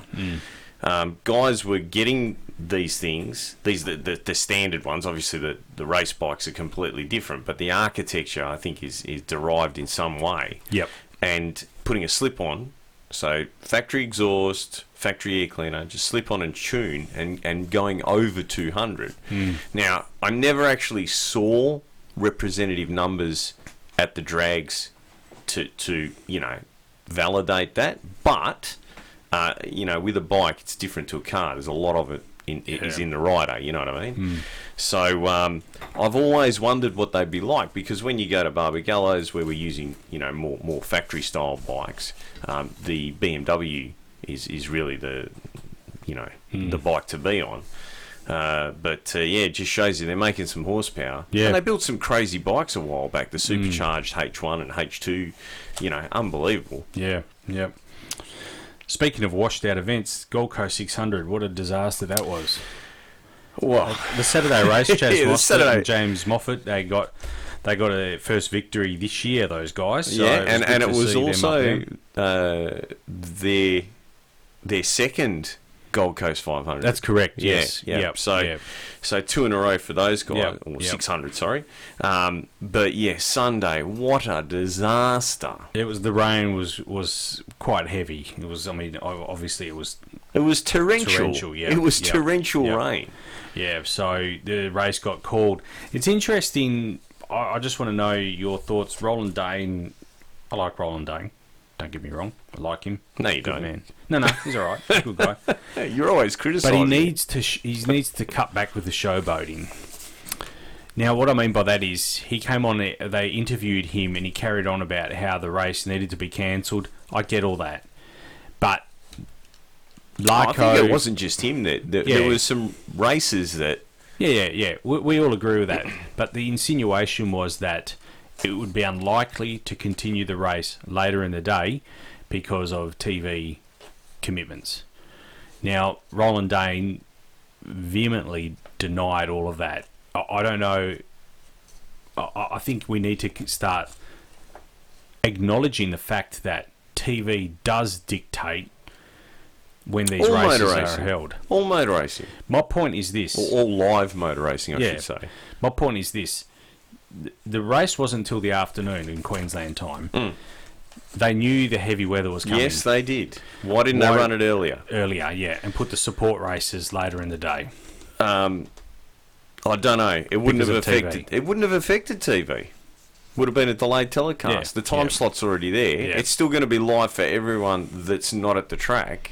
[SPEAKER 6] um, guys were getting these things, these the, the, the standard ones. Obviously, the, the race bikes are completely different, but the architecture I think is is derived in some way.
[SPEAKER 5] Yep.
[SPEAKER 6] And putting a slip on, so factory exhaust, factory air cleaner, just slip on and tune, and and going over two hundred. Now, I never actually saw representative numbers at the drags to to you know validate that, but uh, you know, with a bike, it's different to a car. There's a lot of it in, is in the rider. You know what I mean? So um, I've always wondered what they'd be like because when you go to Barber Gallows, where we're using you know more more factory style bikes, um, the BMW is is really the you know
[SPEAKER 5] Hmm.
[SPEAKER 6] the bike to be on. Uh, but uh, yeah, it just shows you they're making some horsepower.
[SPEAKER 5] Yeah. Hmm.
[SPEAKER 6] and they built some crazy bikes a while back. The supercharged H1 and H2, you know, unbelievable.
[SPEAKER 5] Yeah, yeah. Speaking of washed out events, Gold Coast 600, what a disaster that was.
[SPEAKER 6] Wow.
[SPEAKER 5] The Saturday race, Chaz
[SPEAKER 6] Yeah, the
[SPEAKER 5] Mostert
[SPEAKER 6] Saturday.
[SPEAKER 5] and James Moffat, they got they got a first victory this year. Those guys, so
[SPEAKER 6] yeah,
[SPEAKER 5] was
[SPEAKER 6] and,
[SPEAKER 5] good
[SPEAKER 6] and
[SPEAKER 5] to
[SPEAKER 6] it was
[SPEAKER 5] see them up
[SPEAKER 6] also
[SPEAKER 5] there.
[SPEAKER 6] uh, their their second Gold Coast 500.
[SPEAKER 5] that's correct.
[SPEAKER 6] Yeah,
[SPEAKER 5] Yes,
[SPEAKER 6] yeah.
[SPEAKER 5] Yep.
[SPEAKER 6] So,
[SPEAKER 5] yep.
[SPEAKER 6] so two in a row for those guys,
[SPEAKER 5] Yep,
[SPEAKER 6] or
[SPEAKER 5] yep.
[SPEAKER 6] 600, sorry. Um, but yeah, Sunday, what a disaster!
[SPEAKER 5] it was the rain was was quite heavy. It was. I mean, o- obviously it was.
[SPEAKER 6] It was torrential.
[SPEAKER 5] Torrential, yeah,
[SPEAKER 6] It was
[SPEAKER 5] yeah,
[SPEAKER 6] torrential
[SPEAKER 5] yeah.
[SPEAKER 6] rain.
[SPEAKER 5] Yeah. So the race got called. It's interesting. I, I just want to know your thoughts. Roland Dane. I like Roland Dane. Don't get me wrong. I like him.
[SPEAKER 6] No, you
[SPEAKER 5] Good
[SPEAKER 6] don't.
[SPEAKER 5] man. No, no, he's all right. He's a Good guy.
[SPEAKER 6] Hey, you're always
[SPEAKER 5] But
[SPEAKER 6] criticising.
[SPEAKER 5] he needs to sh- he needs to cut back with the showboating. Now, what I mean by that is he came on. They interviewed him, and he carried on about how the race needed to be cancelled. I get all that, but
[SPEAKER 6] Oh, I think
[SPEAKER 5] Larko,
[SPEAKER 6] it wasn't just him. That there,
[SPEAKER 5] Yeah.
[SPEAKER 6] there was some races that
[SPEAKER 5] yeah, yeah, yeah. We, we all agree with that. But the insinuation was that it would be unlikely to continue the race later in the day because of TV commitments. Now, Roland Dane vehemently denied all of that. I, I don't know. I- I, I think we need to start acknowledging the fact that TV does dictate when these
[SPEAKER 6] all
[SPEAKER 5] races
[SPEAKER 6] motor
[SPEAKER 5] are
[SPEAKER 6] racing,
[SPEAKER 5] held.
[SPEAKER 6] all motor racing,
[SPEAKER 5] My point is this.
[SPEAKER 6] or all live motor racing, I
[SPEAKER 5] Yeah.
[SPEAKER 6] should say.
[SPEAKER 5] My point is this: Th- the race wasn't until the afternoon in Queensland time. They knew the heavy weather was coming
[SPEAKER 6] Hmm. Yes, they did. Why didn't
[SPEAKER 5] Why-
[SPEAKER 6] they run it earlier?
[SPEAKER 5] earlier, yeah, and put the support races later in the day.
[SPEAKER 6] I don't know. It wouldn't
[SPEAKER 5] Because
[SPEAKER 6] have
[SPEAKER 5] of TV.
[SPEAKER 6] affected. It wouldn't have affected TV. Would have been a delayed telecast.
[SPEAKER 5] Yeah,
[SPEAKER 6] The time
[SPEAKER 5] yeah.
[SPEAKER 6] slot's already there.
[SPEAKER 5] Yeah.
[SPEAKER 6] It's still going to be live for everyone that's not at the track.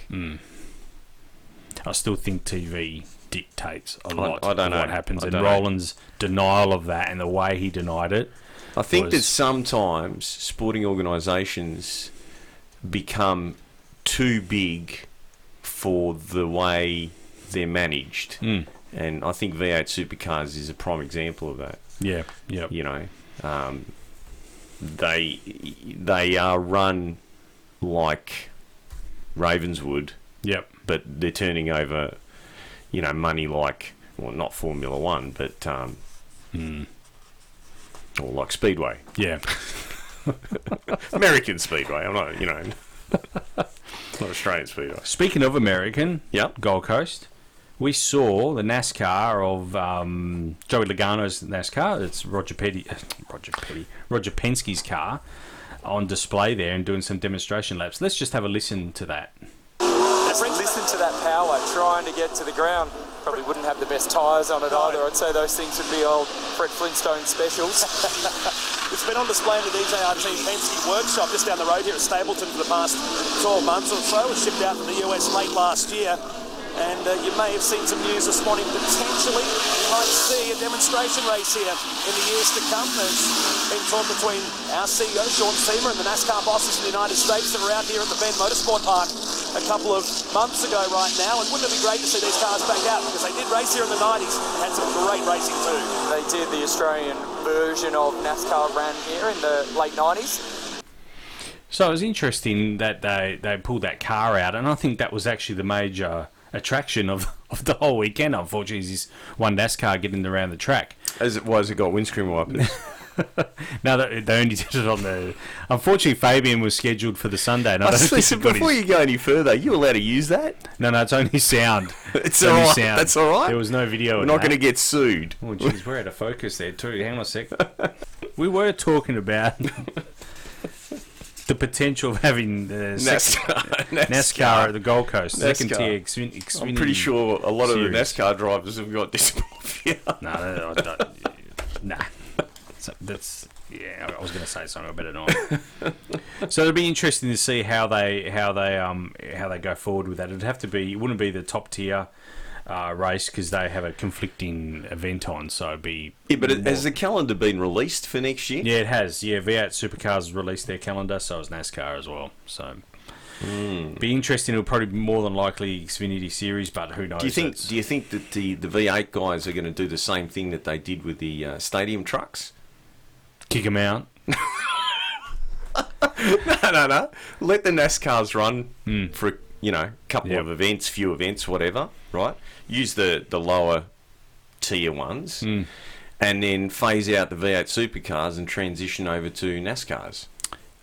[SPEAKER 5] I still think TV dictates a lot
[SPEAKER 6] I don't
[SPEAKER 5] of what
[SPEAKER 6] know.
[SPEAKER 5] happens,
[SPEAKER 6] I
[SPEAKER 5] and
[SPEAKER 6] don't know.
[SPEAKER 5] Roland's denial of that and the way he denied it.
[SPEAKER 6] I think that
[SPEAKER 5] Was-
[SPEAKER 6] sometimes sporting organisations become too big for the way they're managed, and I think V8 Supercars is a prime example of that.
[SPEAKER 5] Yeah, yeah,
[SPEAKER 6] you know, um, they they are run like Ravenswood,
[SPEAKER 5] yep.
[SPEAKER 6] but they're turning over, you know, money like well, not Formula One, but um, or like Speedway,
[SPEAKER 5] Yeah,
[SPEAKER 6] American Speedway. I'm not, you know, not Australian Speedway.
[SPEAKER 5] Speaking of American,
[SPEAKER 6] Yep.
[SPEAKER 5] Gold Coast, we saw the NASCAR of um, Joey Logano's NASCAR. It's Roger Petty, Roger Petty, Roger Penske's car on display there and doing some demonstration laps. Let's just have a listen to that.
[SPEAKER 7] Listen to that power trying to get to the ground. Probably wouldn't have the best tyres on it either. I'd say those things would be old Fred Flintstone specials.
[SPEAKER 8] It's been on display in the DJRT Penske workshop just down the road here at Stapleton for the past 12 months or so. It was shipped out to the US late last year. And uh, you may have seen some news this morning. Potentially, you might see a demonstration race here in the years to come. There's been talk between our CEO, Sean Seamer, and the NASCAR bosses in the United States that were out here at the Bend Motorsport Park a couple of months ago right now. And wouldn't it be great to see these cars back out? Because they did race here in the 90s and had some great racing too.
[SPEAKER 7] they did the Australian version of NASCAR ran here in the late 90s.
[SPEAKER 5] So it was interesting that they, they pulled that car out, and I think that was actually the major attraction of, of the whole weekend. Unfortunately, is this one NASCAR getting around the track.
[SPEAKER 6] As it was, it got windscreen wipers.
[SPEAKER 5] Now they, they only did it on the. Unfortunately, Fabian was scheduled for the Sunday. And I don't think he
[SPEAKER 6] Listen,
[SPEAKER 5] got
[SPEAKER 6] before
[SPEAKER 5] his-
[SPEAKER 6] you go any further, are you allowed to use that?
[SPEAKER 5] no, no, it's only sound.
[SPEAKER 6] It's all right, that's all right.
[SPEAKER 5] There was no video.
[SPEAKER 6] We're not going to get sued.
[SPEAKER 5] Oh, jeez, we're out of focus there too. Hang on a sec. we were talking about the potential of having the second-
[SPEAKER 6] NASCAR.
[SPEAKER 5] NASCAR at the Gold Coast, second
[SPEAKER 6] NASCAR.
[SPEAKER 5] tier Xfin- Xfinity.
[SPEAKER 6] I'm pretty sure a lot of the
[SPEAKER 5] Serious.
[SPEAKER 6] NASCAR drivers have got dysmorphia.
[SPEAKER 5] No, no, no, I don't- nah. So that's yeah. I was going to say something, I better not. so it'd be interesting to see how they how they um how they go forward with that. It'd have to be. It wouldn't be the top tier. Uh, race because they have a conflicting event on, so it'd be
[SPEAKER 6] Yeah, but it,
[SPEAKER 5] more-
[SPEAKER 6] has the calendar been released for next year?
[SPEAKER 5] Yeah, it has. Yeah, V8 Supercars released their calendar, so has NASCAR as well. So,
[SPEAKER 6] Hmm.
[SPEAKER 5] be interesting. It'll probably be more than likely Xfinity Series, but who knows?
[SPEAKER 6] Do you think?
[SPEAKER 5] It's-
[SPEAKER 6] Do you think that the, the V8 guys are going to do the same thing that they did with the uh, stadium trucks?
[SPEAKER 5] kick them out?
[SPEAKER 6] no, no, no. Let the NASCARs run
[SPEAKER 5] Hmm.
[SPEAKER 6] for you know couple
[SPEAKER 5] Yep.
[SPEAKER 6] of events, few events, whatever. Right? Use the the lower tier ones,
[SPEAKER 5] Hmm.
[SPEAKER 6] and then phase out the V8 supercars and transition over to NASCARs.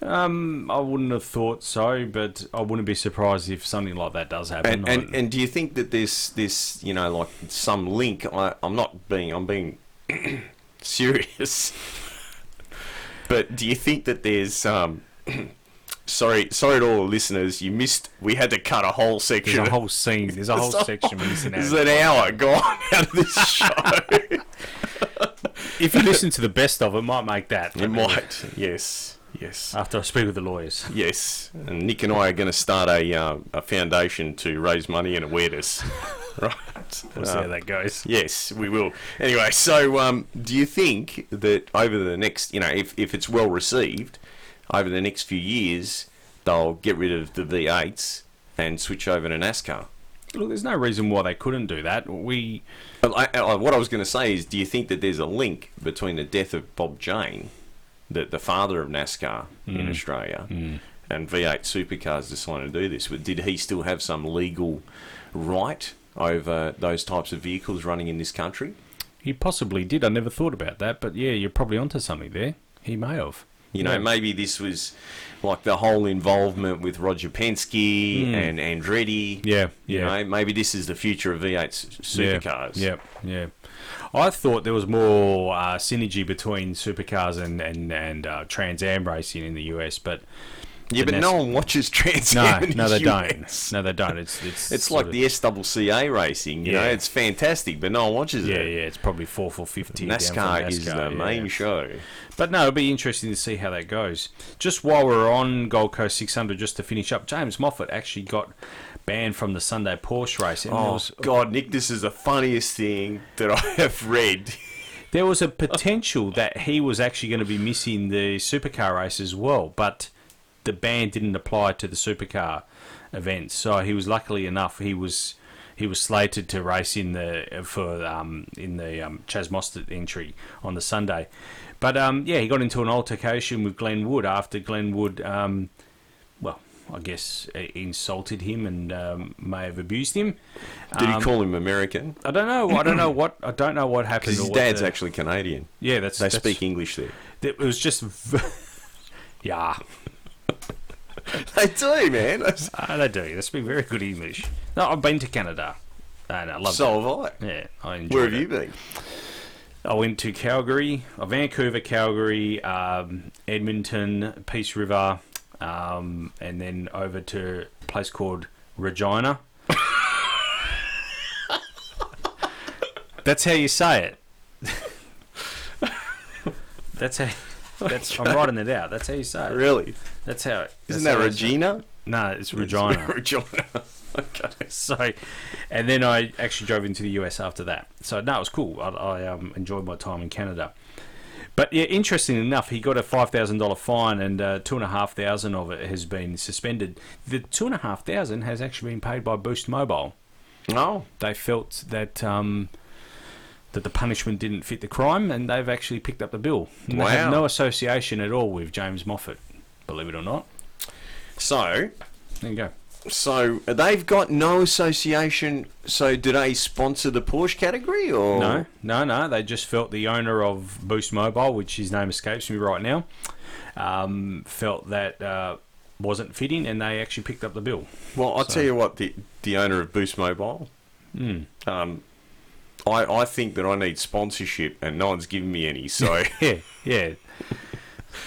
[SPEAKER 5] Um, I wouldn't have thought so, but I wouldn't be surprised if something like that does happen.
[SPEAKER 6] And, and and do you think that there's this you know like some link? I, I'm not being I'm being serious, but do you think that there's um. Sorry, sorry to all the listeners. You missed. We had to cut a whole
[SPEAKER 5] there's
[SPEAKER 6] section.
[SPEAKER 5] a whole scene. There's a whole
[SPEAKER 6] There's a
[SPEAKER 5] section missing
[SPEAKER 6] It's
[SPEAKER 5] out.
[SPEAKER 6] an hour gone out of this show.
[SPEAKER 5] if you listen to the best of it, might make that.
[SPEAKER 6] it might. Yes. Yes.
[SPEAKER 5] After I speak with the lawyers.
[SPEAKER 6] Uh, yes. And Nick and I are going to start a, uh, a foundation to raise money and awareness. right.
[SPEAKER 5] We'll see
[SPEAKER 6] Uh,
[SPEAKER 5] how that goes.
[SPEAKER 6] Yes, we will. Anyway, so um, do you think that over the next, you know, if, if it's well received, over the next few years, they'll get rid of the V8s and switch over to NASCAR?
[SPEAKER 5] Look, there's no reason why they couldn't do that. We
[SPEAKER 6] Well, I, I, what I was going to say is, do you think that there's a link between the death of Bob Jane, the, the father of NASCAR
[SPEAKER 5] Mm.
[SPEAKER 6] in Australia, and V8 supercars deciding to do this? But did he still have some legal right over those types of vehicles running in this country?
[SPEAKER 5] He possibly did. I never thought about that, but yeah, you're probably onto something there. He may have.
[SPEAKER 6] You know,
[SPEAKER 5] Yeah.
[SPEAKER 6] maybe this was like the whole involvement with Roger Penske and Andretti.
[SPEAKER 5] Mm. Yeah,
[SPEAKER 6] You
[SPEAKER 5] yeah.
[SPEAKER 6] know, maybe this is the future of V8 s- supercars.
[SPEAKER 5] Yeah, yeah. yeah. I thought there was more uh, synergy between supercars and and and uh, Trans Am racing in the US, but
[SPEAKER 6] Yeah, but
[SPEAKER 5] Vanessa-
[SPEAKER 6] no one watches Trans
[SPEAKER 5] no,
[SPEAKER 6] Am in
[SPEAKER 5] no,
[SPEAKER 6] the
[SPEAKER 5] they
[SPEAKER 6] US.
[SPEAKER 5] don't. No, they don't. It's it's
[SPEAKER 6] It's
[SPEAKER 5] sort
[SPEAKER 6] like
[SPEAKER 5] of-
[SPEAKER 6] the SWCA racing, you know.
[SPEAKER 5] Yeah.
[SPEAKER 6] It's fantastic, but no one watches
[SPEAKER 5] yeah,
[SPEAKER 6] it.
[SPEAKER 5] yeah. It's probably four for fifty. down from
[SPEAKER 6] NASCAR is the
[SPEAKER 5] NASCAR, yeah.
[SPEAKER 6] main show.
[SPEAKER 5] But no, it'll be interesting to see how that goes. Just while we're on Gold Coast 600, just to finish up, James Moffat actually got banned from the Sunday Porsche race. And there
[SPEAKER 6] Oh
[SPEAKER 5] was-
[SPEAKER 6] God, Nick, this is the funniest thing that I have read.
[SPEAKER 5] there was a potential that he was actually going to be missing the supercar race as well, but the ban didn't apply to the supercar events. So he was luckily enough he was he was slated to race in the for um, in the um, Chas Mostert entry on the Sunday, but um, yeah, he got into an altercation with Glenn Wood after Glenn Wood. Um, well, I guess uh, insulted him and um, may have abused him.
[SPEAKER 6] Did he call him American?
[SPEAKER 5] I don't know. I don't know what I don't know what happened.
[SPEAKER 6] Because his
[SPEAKER 5] or what
[SPEAKER 6] dad's
[SPEAKER 5] the-
[SPEAKER 6] actually Canadian.
[SPEAKER 5] yeah, that's
[SPEAKER 6] They
[SPEAKER 5] that's-
[SPEAKER 6] speak English there.
[SPEAKER 5] it was just, v- yeah,
[SPEAKER 6] They do, man.
[SPEAKER 5] uh, they do. They speak very good English. No, I've been to Canada. and I love
[SPEAKER 6] So have I.
[SPEAKER 5] Yeah, I enjoyed
[SPEAKER 6] Where have
[SPEAKER 5] it.
[SPEAKER 6] you been?
[SPEAKER 5] I went to Calgary, uh, Vancouver, Calgary, um, Edmonton, Peace River, um, and then over to a place called Regina. That's how you say it. that's how. That's I'm writing it out. That's how you say it.
[SPEAKER 6] Really?
[SPEAKER 5] That's how. It,
[SPEAKER 6] Isn't
[SPEAKER 5] that's
[SPEAKER 6] that
[SPEAKER 5] how you say it.
[SPEAKER 6] Regina?
[SPEAKER 5] No, it's Regina.
[SPEAKER 6] Regina. okay.
[SPEAKER 5] so, and then I actually drove into the US after that. So no, it was cool. I, I um, enjoyed my time in Canada. But yeah, interesting enough, he got a five thousand dollar fine, and uh, two and a half thousand of it has been suspended. The two and a half thousand has actually been paid by Boost Mobile.
[SPEAKER 6] Oh,
[SPEAKER 5] They felt that um, that the punishment didn't fit the crime, and they've actually picked up the bill. And They have
[SPEAKER 6] Wow.
[SPEAKER 5] no association at all with James Moffat, believe it or not.
[SPEAKER 6] so
[SPEAKER 5] There you go.
[SPEAKER 6] so they've got no association. So do they sponsor the Porsche category or
[SPEAKER 5] No, no, no. They just felt the owner of Boost Mobile, which his name escapes me right now, um, felt that uh, wasn't fitting, and they actually picked up the bill.
[SPEAKER 6] Well, I'll tell you what. The the owner of Boost Mobile. Um, I I think that I need sponsorship, and no one's giving me any. So
[SPEAKER 5] Yeah, yeah,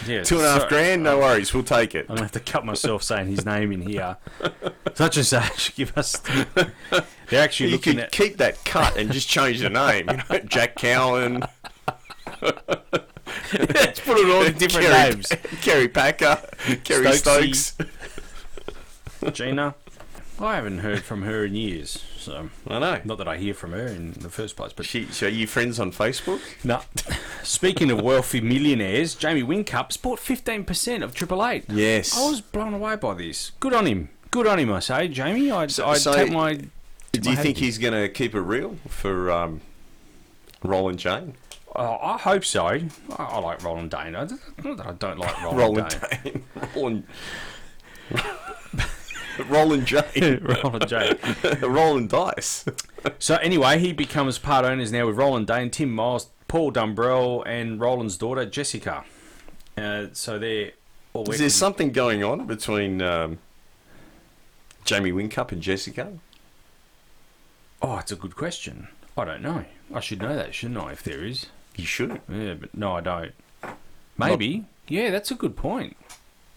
[SPEAKER 5] yeah.
[SPEAKER 6] two and a half
[SPEAKER 5] so-
[SPEAKER 6] grand, no worries, we'll take it.
[SPEAKER 5] I'm gonna have to cut myself saying his name in here. Such and such, give us. They're actually
[SPEAKER 6] You
[SPEAKER 5] looking
[SPEAKER 6] could
[SPEAKER 5] at.
[SPEAKER 6] keep that cut and just change the name. You know, Jack Cowan. Let's put it all in
[SPEAKER 5] different
[SPEAKER 6] Kerry,
[SPEAKER 5] names.
[SPEAKER 6] Kerry Packer, Kerry
[SPEAKER 5] Stokesy.
[SPEAKER 6] Stokes.
[SPEAKER 5] Gina. I haven't heard from her in years, so
[SPEAKER 6] I know.
[SPEAKER 5] not that I hear from her in the first place. But
[SPEAKER 6] She, so are you friends on Facebook?
[SPEAKER 5] No. Speaking of wealthy millionaires, Jamie Wincup's bought 15% of Triple Eight.
[SPEAKER 6] Yes.
[SPEAKER 5] I was blown away by this. Good on him. Good on him, I say, Jamie. I
[SPEAKER 6] So-
[SPEAKER 5] I
[SPEAKER 6] so-
[SPEAKER 5] take my.
[SPEAKER 6] Do you
[SPEAKER 5] my
[SPEAKER 6] think
[SPEAKER 5] hat.
[SPEAKER 6] he's going to keep it real for um, Roland Jane?
[SPEAKER 5] Oh, I hope so. I, I like Roland Dane. I, not that I don't like Roland,
[SPEAKER 6] Roland
[SPEAKER 5] Dane.
[SPEAKER 6] Jane. Roland. Roland Jane.
[SPEAKER 5] Roland Dane.
[SPEAKER 6] Roland Dice.
[SPEAKER 5] So anyway, he becomes part owners now with Roland Dane, Tim Miles, Paul Dumbrell, and Roland's daughter Jessica. Uh, so they're all
[SPEAKER 6] Is
[SPEAKER 5] equity-
[SPEAKER 6] there something going on between um, Jamie Wincup and Jessica?
[SPEAKER 5] Oh, it's a good question. I don't know. I should know that, shouldn't I? If there is.
[SPEAKER 6] You should.
[SPEAKER 5] Yeah, but no, I don't. Maybe. yeah, that's a good point.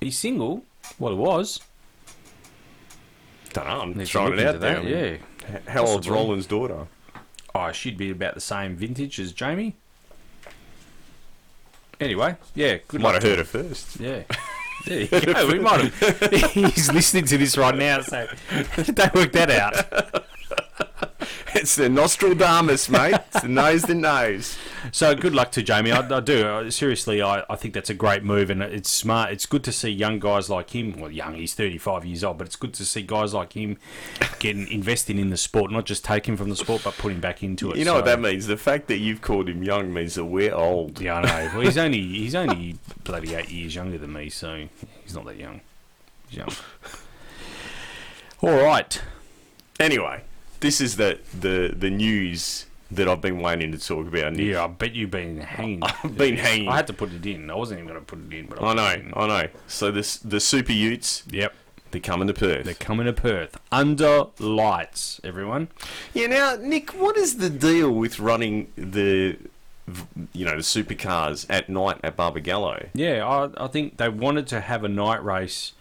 [SPEAKER 5] He's single. Well, it was.
[SPEAKER 6] Don't know. I'm
[SPEAKER 5] Need to
[SPEAKER 6] throwing
[SPEAKER 5] look
[SPEAKER 6] it out
[SPEAKER 5] into that,
[SPEAKER 6] there.
[SPEAKER 5] yeah.
[SPEAKER 6] H- How old's
[SPEAKER 5] Possibly.
[SPEAKER 6] Roland's daughter?
[SPEAKER 5] Oh, she'd be about the same vintage as Jamie. Anyway, yeah, good
[SPEAKER 6] Might
[SPEAKER 5] luck.
[SPEAKER 6] have heard it first.
[SPEAKER 5] Yeah. There you go. We might have. He's listening to this right now, so don't work that out.
[SPEAKER 6] It's the Nostradamus, mate. It's the nose, the nose.
[SPEAKER 5] So good luck to Jamie. I, I do. I- Seriously, I, I think that's a great move, and it's smart. It's good to see young guys like him. Well, young, he's 35 years old, but it's good to see guys like him getting investing in the sport, not just take him from the sport, but put him back into it.
[SPEAKER 6] You know what
[SPEAKER 5] So-
[SPEAKER 6] that means? The fact that you've called him young means that we're old.
[SPEAKER 5] Yeah, I know. Well, he's only he's only bloody eight years younger than me, so he's not that young. He's young. All right.
[SPEAKER 6] Anyway, this is the, the, the news that I've been waiting to talk about. Nick.
[SPEAKER 5] Yeah, I bet you've been hanging.
[SPEAKER 6] I've been hanging.
[SPEAKER 5] I had to put it in. I wasn't even going to put it in, but
[SPEAKER 6] I
[SPEAKER 5] I
[SPEAKER 6] know, I know. So this the Super Utes,
[SPEAKER 5] Yep.
[SPEAKER 6] they're coming to Perth.
[SPEAKER 5] They're coming to Perth under lights, everyone.
[SPEAKER 6] Yeah, now Nick, what is the deal with running the v- you know the supercars at night at Barbagallo?
[SPEAKER 5] Yeah, I, I think they wanted to have a night race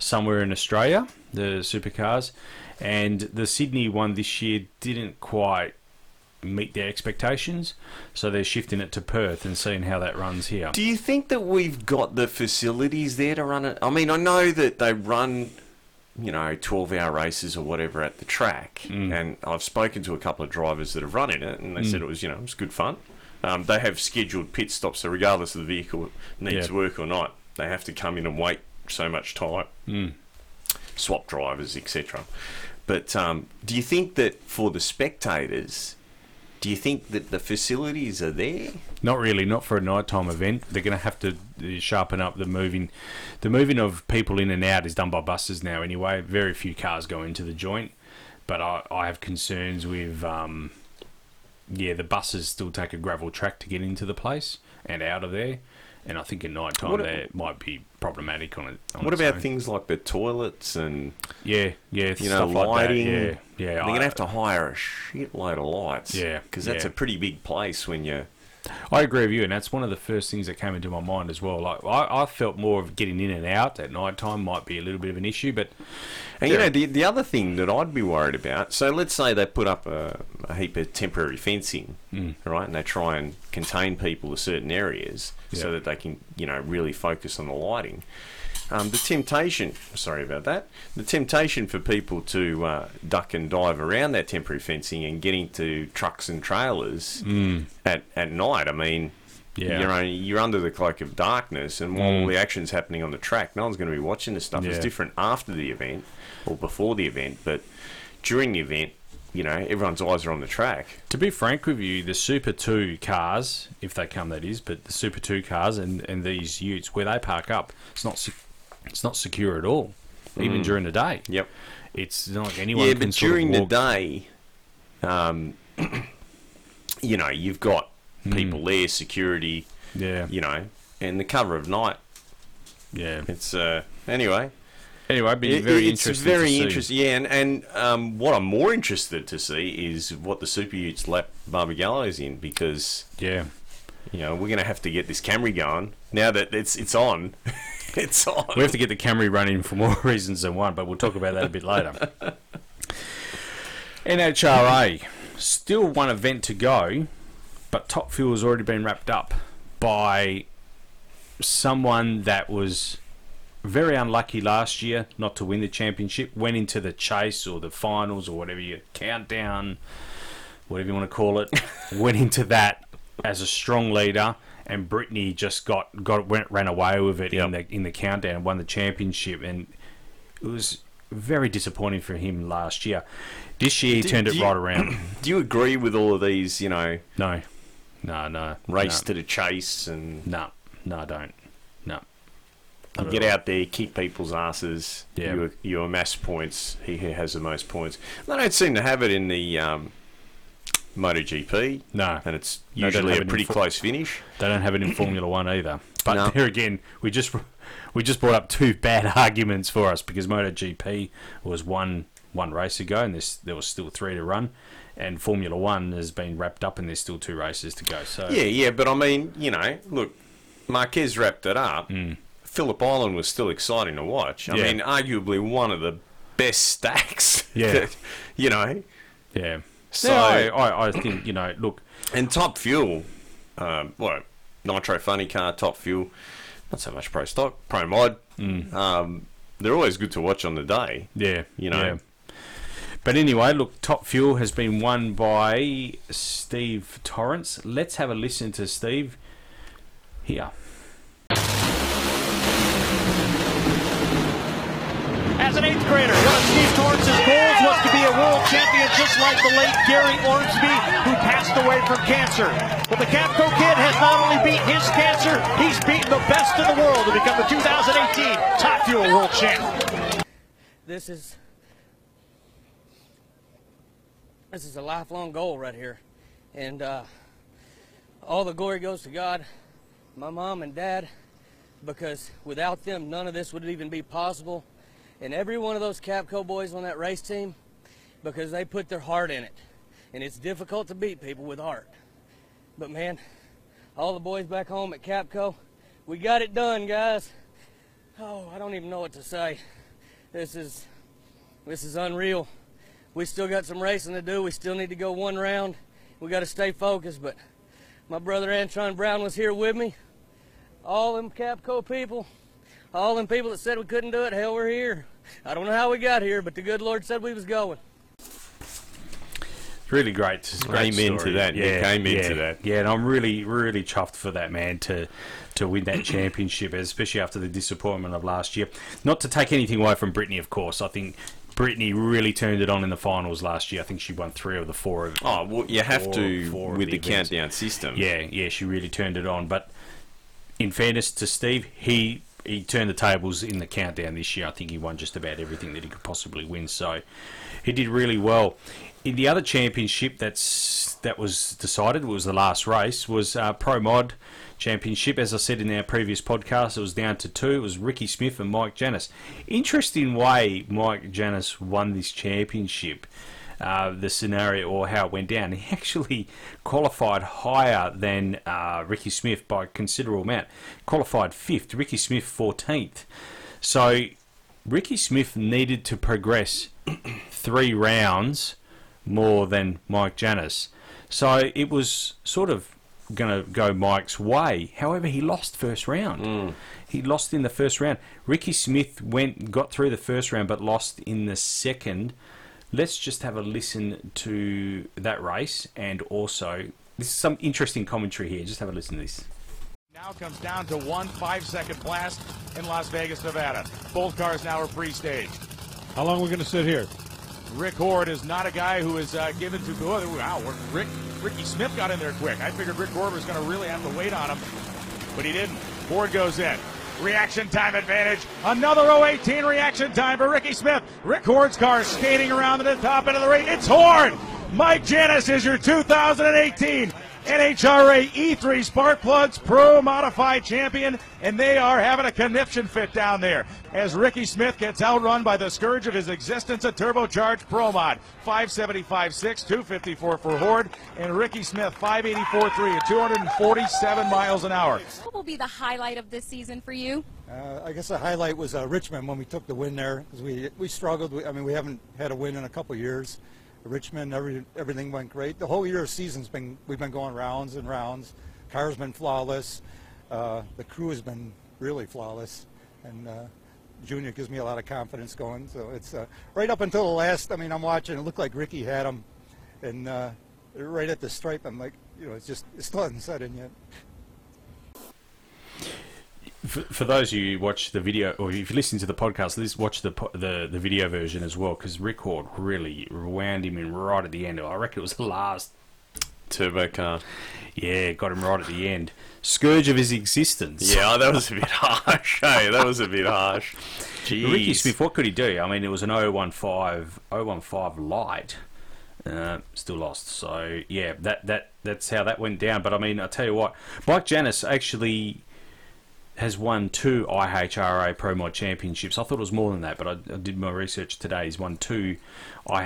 [SPEAKER 5] somewhere in Australia, the supercars, and the Sydney one this year didn't quite meet their expectations, so they're shifting it to Perth and seeing how that runs here.
[SPEAKER 6] Do you think that we've got the facilities there to run it? I mean, I know that they run you know 12 hour races or whatever at the track and I've spoken to a couple of drivers that have run in it and they said it was you know it was good fun. Um, they have scheduled pit stops so regardless of the vehicle needs
[SPEAKER 5] Yeah.
[SPEAKER 6] work or not, they have to come in and wait so much time. swap drivers, etc. But um, do you think that for the spectators, do you think that the facilities are there?
[SPEAKER 5] Not really, not for a nighttime event. They're going to have to uh, sharpen up the moving. The moving of people in and out is done by buses now, anyway. Very few cars go into the joint, but I, I have concerns with. Um, yeah, the buses still take a gravel track to get into the place and out of there, And I think at night time
[SPEAKER 6] What a-
[SPEAKER 5] that might be problematic on it. On
[SPEAKER 6] What
[SPEAKER 5] its
[SPEAKER 6] about
[SPEAKER 5] own.
[SPEAKER 6] things like the toilets and
[SPEAKER 5] Yeah, yeah,
[SPEAKER 6] you know
[SPEAKER 5] stuff
[SPEAKER 6] lighting?
[SPEAKER 5] Like that. Yeah, yeah.
[SPEAKER 6] They're
[SPEAKER 5] I-
[SPEAKER 6] gonna have to hire a shitload of lights.
[SPEAKER 5] Yeah,
[SPEAKER 6] because that's
[SPEAKER 5] yeah.
[SPEAKER 6] a pretty big place when you.
[SPEAKER 5] I agree with you, and that's one of the first things that came into my mind as well. Like I, I felt more of getting in and out at night time might be a little bit of an issue, but
[SPEAKER 6] And you
[SPEAKER 5] Yeah.
[SPEAKER 6] know the the other thing that I'd be worried about. So let's say they put up a, a heap of temporary fencing,
[SPEAKER 5] Mm.
[SPEAKER 6] right? And they try and contain people to certain areas so
[SPEAKER 5] Yeah.
[SPEAKER 6] that they can you know really focus on the lighting. Um, the temptation, sorry about that. The temptation for people to uh, duck and dive around that temporary fencing and get into trucks and trailers
[SPEAKER 5] Mm.
[SPEAKER 6] at at night. I mean,
[SPEAKER 5] Yeah. Mm.
[SPEAKER 6] you're only, you're under the cloak of darkness, and while all the action's happening on the track, no one's going to be watching this stuff. It's
[SPEAKER 5] Yeah.
[SPEAKER 6] different after the event or before the event, but during the event, you know, everyone's eyes are on the track.
[SPEAKER 5] To be frank with you, the Super 2 cars, if they come, that is, but the Super 2 cars and, and these utes, where they park up, it's not sec- it's not secure at all, even during the day.
[SPEAKER 6] Yep.
[SPEAKER 5] It's not like anyone
[SPEAKER 6] Mm. yeah,
[SPEAKER 5] can
[SPEAKER 6] but
[SPEAKER 5] sort of
[SPEAKER 6] during
[SPEAKER 5] walk-
[SPEAKER 6] the day, um, you know, you've got people
[SPEAKER 5] Mm.
[SPEAKER 6] there, security,
[SPEAKER 5] Yeah,
[SPEAKER 6] you know, and the cover of night.
[SPEAKER 5] yeah.
[SPEAKER 6] It's uh, anyway.
[SPEAKER 5] Anyway, it'd be
[SPEAKER 6] It-
[SPEAKER 5] very
[SPEAKER 6] it's
[SPEAKER 5] interesting.
[SPEAKER 6] very
[SPEAKER 5] to see.
[SPEAKER 6] interesting. Yeah, and, and um, what I'm more interested to see is what the Super Utes lap Barbie Gallows in because
[SPEAKER 5] Yeah.
[SPEAKER 6] you know we're going to have to get this Camry going now that it's it's on. it's on.
[SPEAKER 5] We have to get the Camry running for more reasons than one, but we'll talk about that a bit later. NHRA, still one event to go, but Top Fuel has already been wrapped up by someone that was very unlucky last year not to win the championship, went into the chase or the finals or whatever you countdown, whatever you want to call it, went into that as a strong leader, and Brittany just got got went ran away with it in the in the countdown and won the championship, and it was very disappointing for him last year. This year he
[SPEAKER 6] Do-
[SPEAKER 5] turned
[SPEAKER 6] do
[SPEAKER 5] it
[SPEAKER 6] you-
[SPEAKER 5] right around.
[SPEAKER 6] Do you agree with all of these? You know,
[SPEAKER 5] No, no, no,
[SPEAKER 6] race
[SPEAKER 5] no,
[SPEAKER 6] to the chase and
[SPEAKER 5] no, no, I don't, no. Not at
[SPEAKER 6] get
[SPEAKER 5] all.
[SPEAKER 6] out there, kick people's asses.
[SPEAKER 5] Yeah.
[SPEAKER 6] You, you amass points. He who has the most points. They don't seem to have it in the um, MotoGP.
[SPEAKER 5] No.
[SPEAKER 6] and it's
[SPEAKER 5] No, they don't
[SPEAKER 6] usually
[SPEAKER 5] have
[SPEAKER 6] a
[SPEAKER 5] it in
[SPEAKER 6] pretty
[SPEAKER 5] fo-
[SPEAKER 6] close finish.
[SPEAKER 5] They don't have it in Formula One either. But
[SPEAKER 6] No.
[SPEAKER 5] there again, we just we just brought up two bad arguments for us because MotoGP was one one race ago, and this there was still three to run, and Formula One has been wrapped up, and there's still two races to go. So
[SPEAKER 6] Yeah, yeah, but I mean, you know, look, Marquez wrapped it up. Phillip Island was still exciting to watch. I
[SPEAKER 5] Hmm. Yeah.
[SPEAKER 6] mean, arguably one of the best stacks.
[SPEAKER 5] Yeah.
[SPEAKER 6] that- you know,
[SPEAKER 5] yeah.
[SPEAKER 6] So-
[SPEAKER 5] So I, I, I think you know, look,
[SPEAKER 6] and Top Fuel, um, well, Nitro Funny Car, Top Fuel, not so much Pro Stock, Pro Mod.
[SPEAKER 5] Hmm.
[SPEAKER 6] Um, they're always good to watch on the day.
[SPEAKER 5] yeah,
[SPEAKER 6] You know.
[SPEAKER 5] yeah. But anyway, look, Top Fuel has been won by Steve Torrance. Let's have a listen to Steve here.
[SPEAKER 3] As an eighth grader, one of Steve Torrance's goals was to be a world champion, just like the late Gary Ormsby, who passed away from cancer. But the Capco kid has not only beaten his cancer, he's beaten the best in the world to become the 2018 Top Fuel World Champ.
[SPEAKER 9] this is this is a lifelong goal right here and uh, all the glory goes to god my mom and dad because without them none of this would even be possible and every one of those capco boys on that race team because they put their heart in it and it's difficult to beat people with heart but man all the boys back home at capco we got it done guys oh i don't even know what to say this is this is unreal. We still got some racing to do. We still need to go one round. We got to stay focused. But my brother Antron Brown was here with me. All them Capco people, all them people that said we couldn't do it. Hell, we're here. I don't know how we got here, but the good Lord said we was going.
[SPEAKER 5] It's really great. It's a great
[SPEAKER 6] Amen to
[SPEAKER 5] story.
[SPEAKER 6] that, Nick. Amen
[SPEAKER 5] yeah,
[SPEAKER 6] to that.
[SPEAKER 5] Yeah, and I'm really, really chuffed for that man to to win that championship, especially after the disappointment of last year. Not to take anything away from Brittany, of course. I think Brittany really turned it on in the finals last year. I think she won three of the four of.
[SPEAKER 6] Oh, well, you have
[SPEAKER 5] four-
[SPEAKER 6] to
[SPEAKER 5] four of
[SPEAKER 6] with the,
[SPEAKER 5] events.
[SPEAKER 6] countdown system.
[SPEAKER 5] Yeah, yeah, she really turned it on. But in fairness to Steve, he he turned the tables in the countdown this year. I think he won just about everything that he could possibly win. So he did really well. In the other championship that's that was decided was the last race was uh, Pro Mod Championship. As I said in our previous podcast, it was down to two. It was Ricky Smith and Mike Janis. Interesting way Mike Janis won this championship. Uh, the scenario or how it went down. He actually qualified higher than uh, Ricky Smith by a considerable amount. Qualified fifth, Ricky Smith 14th. So Ricky Smith needed to progress three rounds more than Mike Janis. So it was sort of going to go Mike's way. However, he lost first round. He lost in the first round. Ricky Smith went got through the first round but lost in the second. Let's just have a listen to that race and also this is some interesting commentary here. Just have a listen to this.
[SPEAKER 10] Now comes down to one five-second blast in Las Vegas, Nevada. Both cars now are pre-staged.
[SPEAKER 11] How long are we going to sit here?
[SPEAKER 10] Rick Horde is not a guy who is uh, given to. Oh, wow, Rick Ricky Smith got in there quick. I figured Rick Horde was going to really have to wait on him, but he didn't. Horde goes in. Reaction time advantage. Another 018 reaction time for Ricky Smith. Rick Horde's car is skating around to the top end of the race. It's Horde. Mike Janis is your 2018 NHRA E3 E Spark Plugs Pro Modified Champion, and they are having a conniption fit down there as Ricky Smith gets outrun by the scourge of his existence, a turbocharged Pro Mod. 575.6, 254 for Horde, and Ricky Smith 584.3 at 247 miles an hour.
[SPEAKER 12] What will be the highlight of this season for you?
[SPEAKER 13] Uh, I guess the highlight was uh, Richmond when we took the win there because we we struggled. We, I mean, we haven't had a win in a couple years. Richmond, every, everything went great. The whole year of season's been we've been going rounds and rounds. Car's been flawless. Uh, the crew has been really flawless, and uh, Junior gives me a lot of confidence going. So it's uh, right up until the last. I mean, I'm watching. It looked like Ricky had him, and uh, right at the stripe, I'm like, you know, it's just it still hasn't set in yet.
[SPEAKER 5] for, for those of you who watch the video or if you listen to the podcast, please watch the po- the, the video version as well because Record really wound him in right at the end. I reckon it was the last.
[SPEAKER 6] Turbo car.
[SPEAKER 5] Yeah, got him right at the end. Scourge of his existence.
[SPEAKER 6] Yeah, that was a bit harsh. Hey, that was a bit harsh. Jeez.
[SPEAKER 5] Ricky Smith, what could he do? I mean, it was an 015, 015 light. Uh, still lost. So yeah, that that that's how that went down. But I mean, I tell you what, Mike Janis actually has won two IHRA Pro Mod Championships. I thought it was more than that, but I, I did my research today. He's won two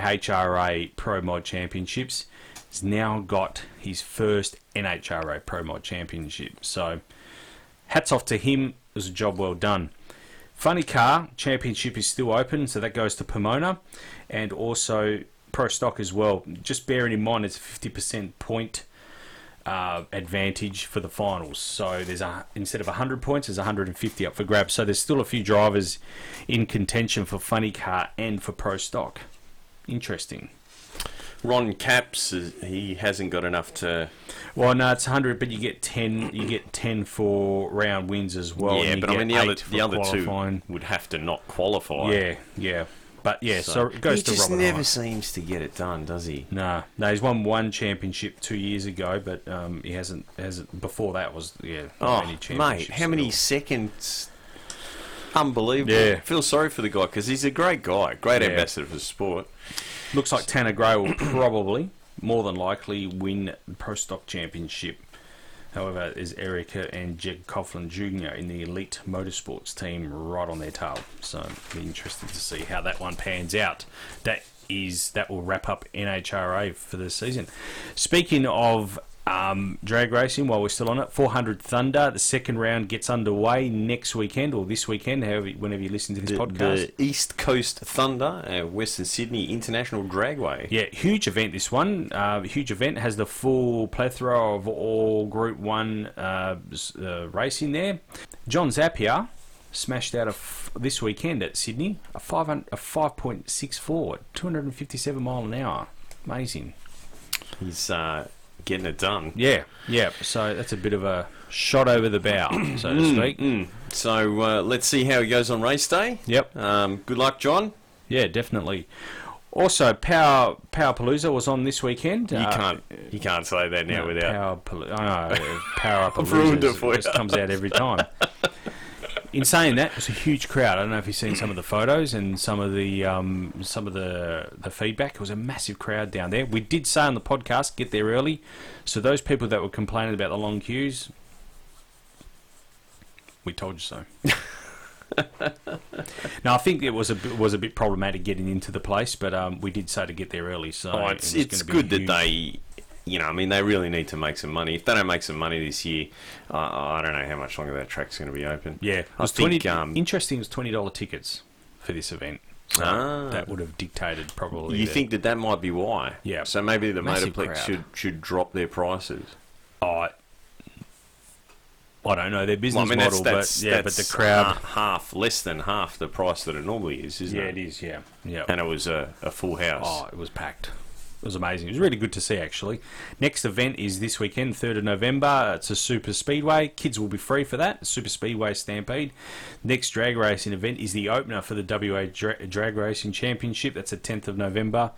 [SPEAKER 5] IHRA Pro Mod Championships. He's now got his first NHRA Pro Mod Championship. So, hats off to him. It was a job well done. Funny Car Championship is still open, so that goes to Pomona and also Pro Stock as well. Just bearing in mind it's a 50% point uh, advantage for the finals. So there's a instead of 100 points, there's 150 up for grabs. So there's still a few drivers in contention for Funny Car and for Pro Stock. Interesting.
[SPEAKER 6] Ron Caps, is- he hasn't got enough to.
[SPEAKER 5] Well, no, it's 100, but you get 10. You get 10 for round wins as well. and
[SPEAKER 6] yeah,
[SPEAKER 5] you
[SPEAKER 6] but I
[SPEAKER 5] get
[SPEAKER 6] mean the other
[SPEAKER 5] eight for
[SPEAKER 6] the other
[SPEAKER 5] qualifying.
[SPEAKER 6] two would have to not qualify.
[SPEAKER 5] Yeah, yeah, but yeah. So, it goes
[SPEAKER 6] he
[SPEAKER 5] to
[SPEAKER 6] just
[SPEAKER 5] Robert
[SPEAKER 6] never
[SPEAKER 5] Hines.
[SPEAKER 6] seems to get it done, does he?
[SPEAKER 5] No, no, he's won one championship two years ago, but um, he hasn't hasn't before that was yeah. not
[SPEAKER 6] Oh,
[SPEAKER 5] many
[SPEAKER 6] mate,
[SPEAKER 5] championships
[SPEAKER 6] how
[SPEAKER 5] at
[SPEAKER 6] many
[SPEAKER 5] all.
[SPEAKER 6] seconds? Unbelievable.
[SPEAKER 5] Yeah.
[SPEAKER 6] Feel sorry for the guy because he's a great guy, great
[SPEAKER 5] Yeah.
[SPEAKER 6] ambassador for sport.
[SPEAKER 5] Looks like Tanner Gray will probably, more than likely, win the Pro Stock Championship. However, is Erica and Jed Coughlin Jr. in the elite motorsports team right on their tail. So, be interested to see how that one pans out. That is that will wrap up NHRA for this season. Speaking of um, drag racing, while we're still on it, 400 Thunder. The second round gets underway next weekend or this weekend, however, whenever you listen to this
[SPEAKER 6] The,
[SPEAKER 5] podcast.
[SPEAKER 6] the East Coast Thunder, uh, Western Sydney International Dragway.
[SPEAKER 5] Yeah, huge event. This one, uh, huge event, has the full plethora of all Group One uh, s- uh, racing there. John Zappia smashed out of f- this weekend at Sydney a five hun- a five point six four, two hundred and fifty seven mile an hour. Amazing.
[SPEAKER 6] He's uh, getting it done.
[SPEAKER 5] Yeah, yeah. So that's a bit of a shot over the bow, so to speak.
[SPEAKER 6] Mm, So uh, let's see how he goes on race day.
[SPEAKER 5] Yep.
[SPEAKER 6] Um, good luck, John.
[SPEAKER 5] Yeah, definitely. Also, Power Power Palooza was on this weekend. Uh,
[SPEAKER 6] You can't you can't say that now without
[SPEAKER 5] Power, poli- I know, power up.
[SPEAKER 6] I've ruined
[SPEAKER 5] Losers.
[SPEAKER 6] it for
[SPEAKER 5] It just
[SPEAKER 6] you.
[SPEAKER 5] comes out every time. In saying that, it was a huge crowd. I don't know if you've seen some of the photos and some of the um, some of the the feedback. It was a massive crowd down there. We did say on the podcast, get there early. So those people that were complaining about the long queues, We told you so. now I think it was a bit- was a bit problematic getting into the place, but um, we did say to get there early. So
[SPEAKER 6] Oh, it's,
[SPEAKER 5] it was
[SPEAKER 6] it's
[SPEAKER 5] gonna be
[SPEAKER 6] good that
[SPEAKER 5] huge.
[SPEAKER 6] they, you know, I mean, they really need to make some money. If they don't make some money this year, uh, I don't know how much longer that track's going to be open.
[SPEAKER 5] Yeah, it
[SPEAKER 6] I
[SPEAKER 5] was
[SPEAKER 6] think.
[SPEAKER 5] 20
[SPEAKER 6] um,
[SPEAKER 5] interesting. It was twenty dollar tickets for this event. So
[SPEAKER 6] Ah.
[SPEAKER 5] that would have dictated probably.
[SPEAKER 6] you
[SPEAKER 5] the-
[SPEAKER 6] think that that might be why?
[SPEAKER 5] Yeah.
[SPEAKER 6] So maybe the
[SPEAKER 5] Massive
[SPEAKER 6] Motorplex
[SPEAKER 5] crowd.
[SPEAKER 6] should should drop their prices.
[SPEAKER 5] Oh, I don't know their business
[SPEAKER 6] I mean,
[SPEAKER 5] model,
[SPEAKER 6] that's, that's,
[SPEAKER 5] but yeah,
[SPEAKER 6] that's uh,
[SPEAKER 5] but the crowd.
[SPEAKER 6] ha- half less than half the price that it normally is, isn't
[SPEAKER 5] Yeah,
[SPEAKER 6] it?
[SPEAKER 5] it is, yeah. Yeah.
[SPEAKER 6] And it was a, a full house.
[SPEAKER 5] Oh, it was packed. It was amazing. It was really good to see, actually. Next event is this weekend, 3rd of November. It's a Super Speedway. Kids will be free for that. Super Speedway Stampede. Next drag racing event is the opener for the WA Dra- Drag Racing Championship. That's the 10th of November.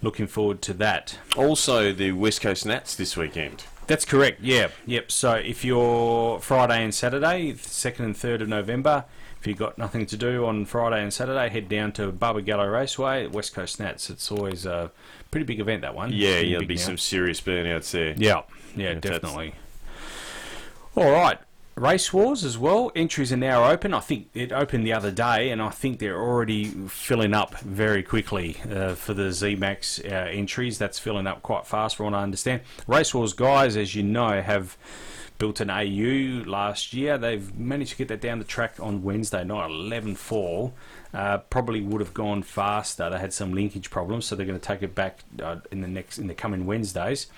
[SPEAKER 5] Looking forward to that.
[SPEAKER 6] Also, the West Coast Nats this weekend.
[SPEAKER 5] That's correct. Yeah. Yep. So if you're Friday and Saturday, second and third of November, if you've got nothing to do on Friday and Saturday, head down to Barbagallo Raceway, West Coast Nats. It's always a pretty big event. That one. Pretty
[SPEAKER 6] Yeah, yeah, there'll
[SPEAKER 5] big
[SPEAKER 6] be
[SPEAKER 5] now.
[SPEAKER 6] some serious burnouts there.
[SPEAKER 5] Yeah. Yeah,
[SPEAKER 6] If that's-
[SPEAKER 5] definitely. All right. Race Wars as well. Entries are now open. I think it opened the other day, and I think they're already filling up very quickly uh, for the ZMAX uh, entries. That's filling up quite fast, from what I understand. Race Wars guys, as you know, have built an AU last year. They've managed to get that down the track on Wednesday night, 11 4. Uh, probably would have gone faster. They had some linkage problems, so they're going to take it back uh, in the next in the coming Wednesdays.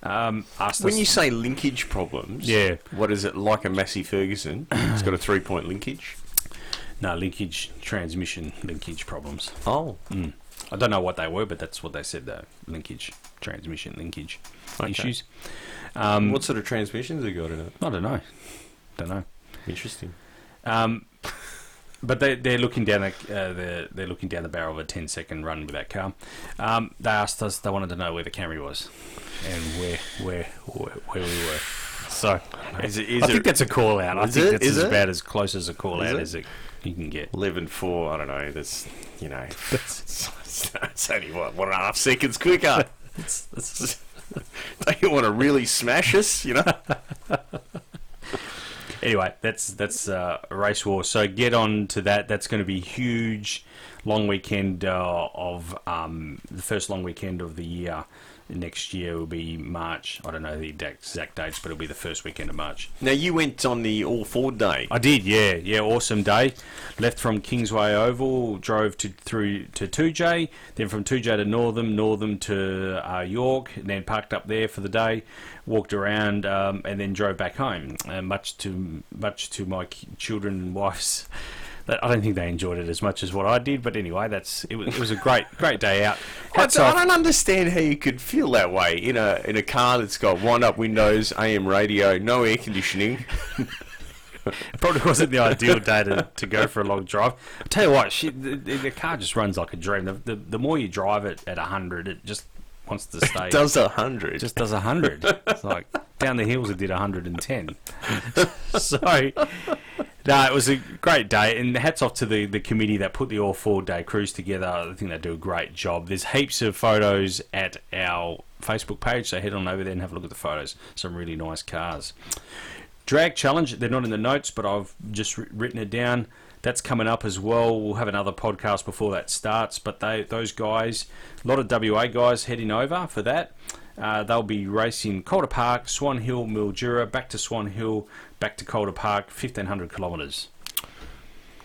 [SPEAKER 5] Um, asked
[SPEAKER 6] When
[SPEAKER 5] us-
[SPEAKER 6] you say linkage problems,
[SPEAKER 5] Yeah.
[SPEAKER 6] what is it like a Massey Ferguson? It's got a three point linkage.
[SPEAKER 5] No, linkage, transmission linkage problems.
[SPEAKER 6] Oh.
[SPEAKER 5] Mm. I don't know what they were, but that's what they said though. Linkage, transmission linkage
[SPEAKER 6] Okay.
[SPEAKER 5] issues. Um,
[SPEAKER 6] what sort of transmissions have you got in it?
[SPEAKER 5] I don't know. Don't know.
[SPEAKER 6] Interesting.
[SPEAKER 5] Um, but they, they're looking down the, uh, they're, they're looking down the barrel of a 10 second run with that car. Um, they asked us. They wanted to know where the Camry was and where where where, where we were. So
[SPEAKER 6] Is it- is
[SPEAKER 5] I
[SPEAKER 6] it-
[SPEAKER 5] think that's a call out. I
[SPEAKER 6] Is
[SPEAKER 5] think
[SPEAKER 6] it?
[SPEAKER 5] that's
[SPEAKER 6] Is
[SPEAKER 5] as
[SPEAKER 6] it?
[SPEAKER 5] about as close as a call
[SPEAKER 6] Is
[SPEAKER 5] out
[SPEAKER 6] it?
[SPEAKER 5] as it you can get.
[SPEAKER 6] 11 4, I don't know. That's, you know, it's, it's only, what, one and a half seconds quicker. don't you want to really smash us, you know?
[SPEAKER 5] anyway, that's that's uh, race war. So get on to that. That's going to be huge. Long weekend uh, of um, the first long weekend of the year. Next year will be March. I don't know the exact exact dates, but it'll be the first weekend of March.
[SPEAKER 6] Now, you went on the All Ford Day.
[SPEAKER 5] I did, yeah, yeah, awesome day. Left from Kingsway Oval, drove to through to 2J, then from 2J to Northam, Northam to uh, York, and then parked up there for the day, walked around, um, and then drove back home. Uh, much to much to my ki- children and wife's. that- I don't think they enjoyed it as much as what I did, but anyway, that's it was, it was a great great day out.
[SPEAKER 6] I
[SPEAKER 5] Hats
[SPEAKER 6] don't, I
[SPEAKER 5] off.
[SPEAKER 6] don't understand how you could feel that way in a in a car that's got wind up windows, AM radio, no air conditioning.
[SPEAKER 5] Probably wasn't the ideal day to, to go for a long drive. I tell you what, she, the, the the car just runs like a dream. The, the, the more you drive it at hundred, it just wants to stay.
[SPEAKER 6] does a hundred.
[SPEAKER 5] just does hundred. It's like down the hills, it did hundred and ten. so, no, it was a great day, and hats off to the, the committee that put the all four day cruise together. I think they do a great job. There's heaps of photos at our Facebook page, so head on over there and have a look at the photos. Some really nice cars. Drag challenge, they're not in the notes, but I've just wri- written it down. That's coming up as well. We'll have another podcast before that starts. But they, those guys, a lot of WA guys heading over for that. Uh, they'll be racing Calder Park, Swan Hill, Mildura, back to Swan Hill, back to Calder Park, 1500 kilometres.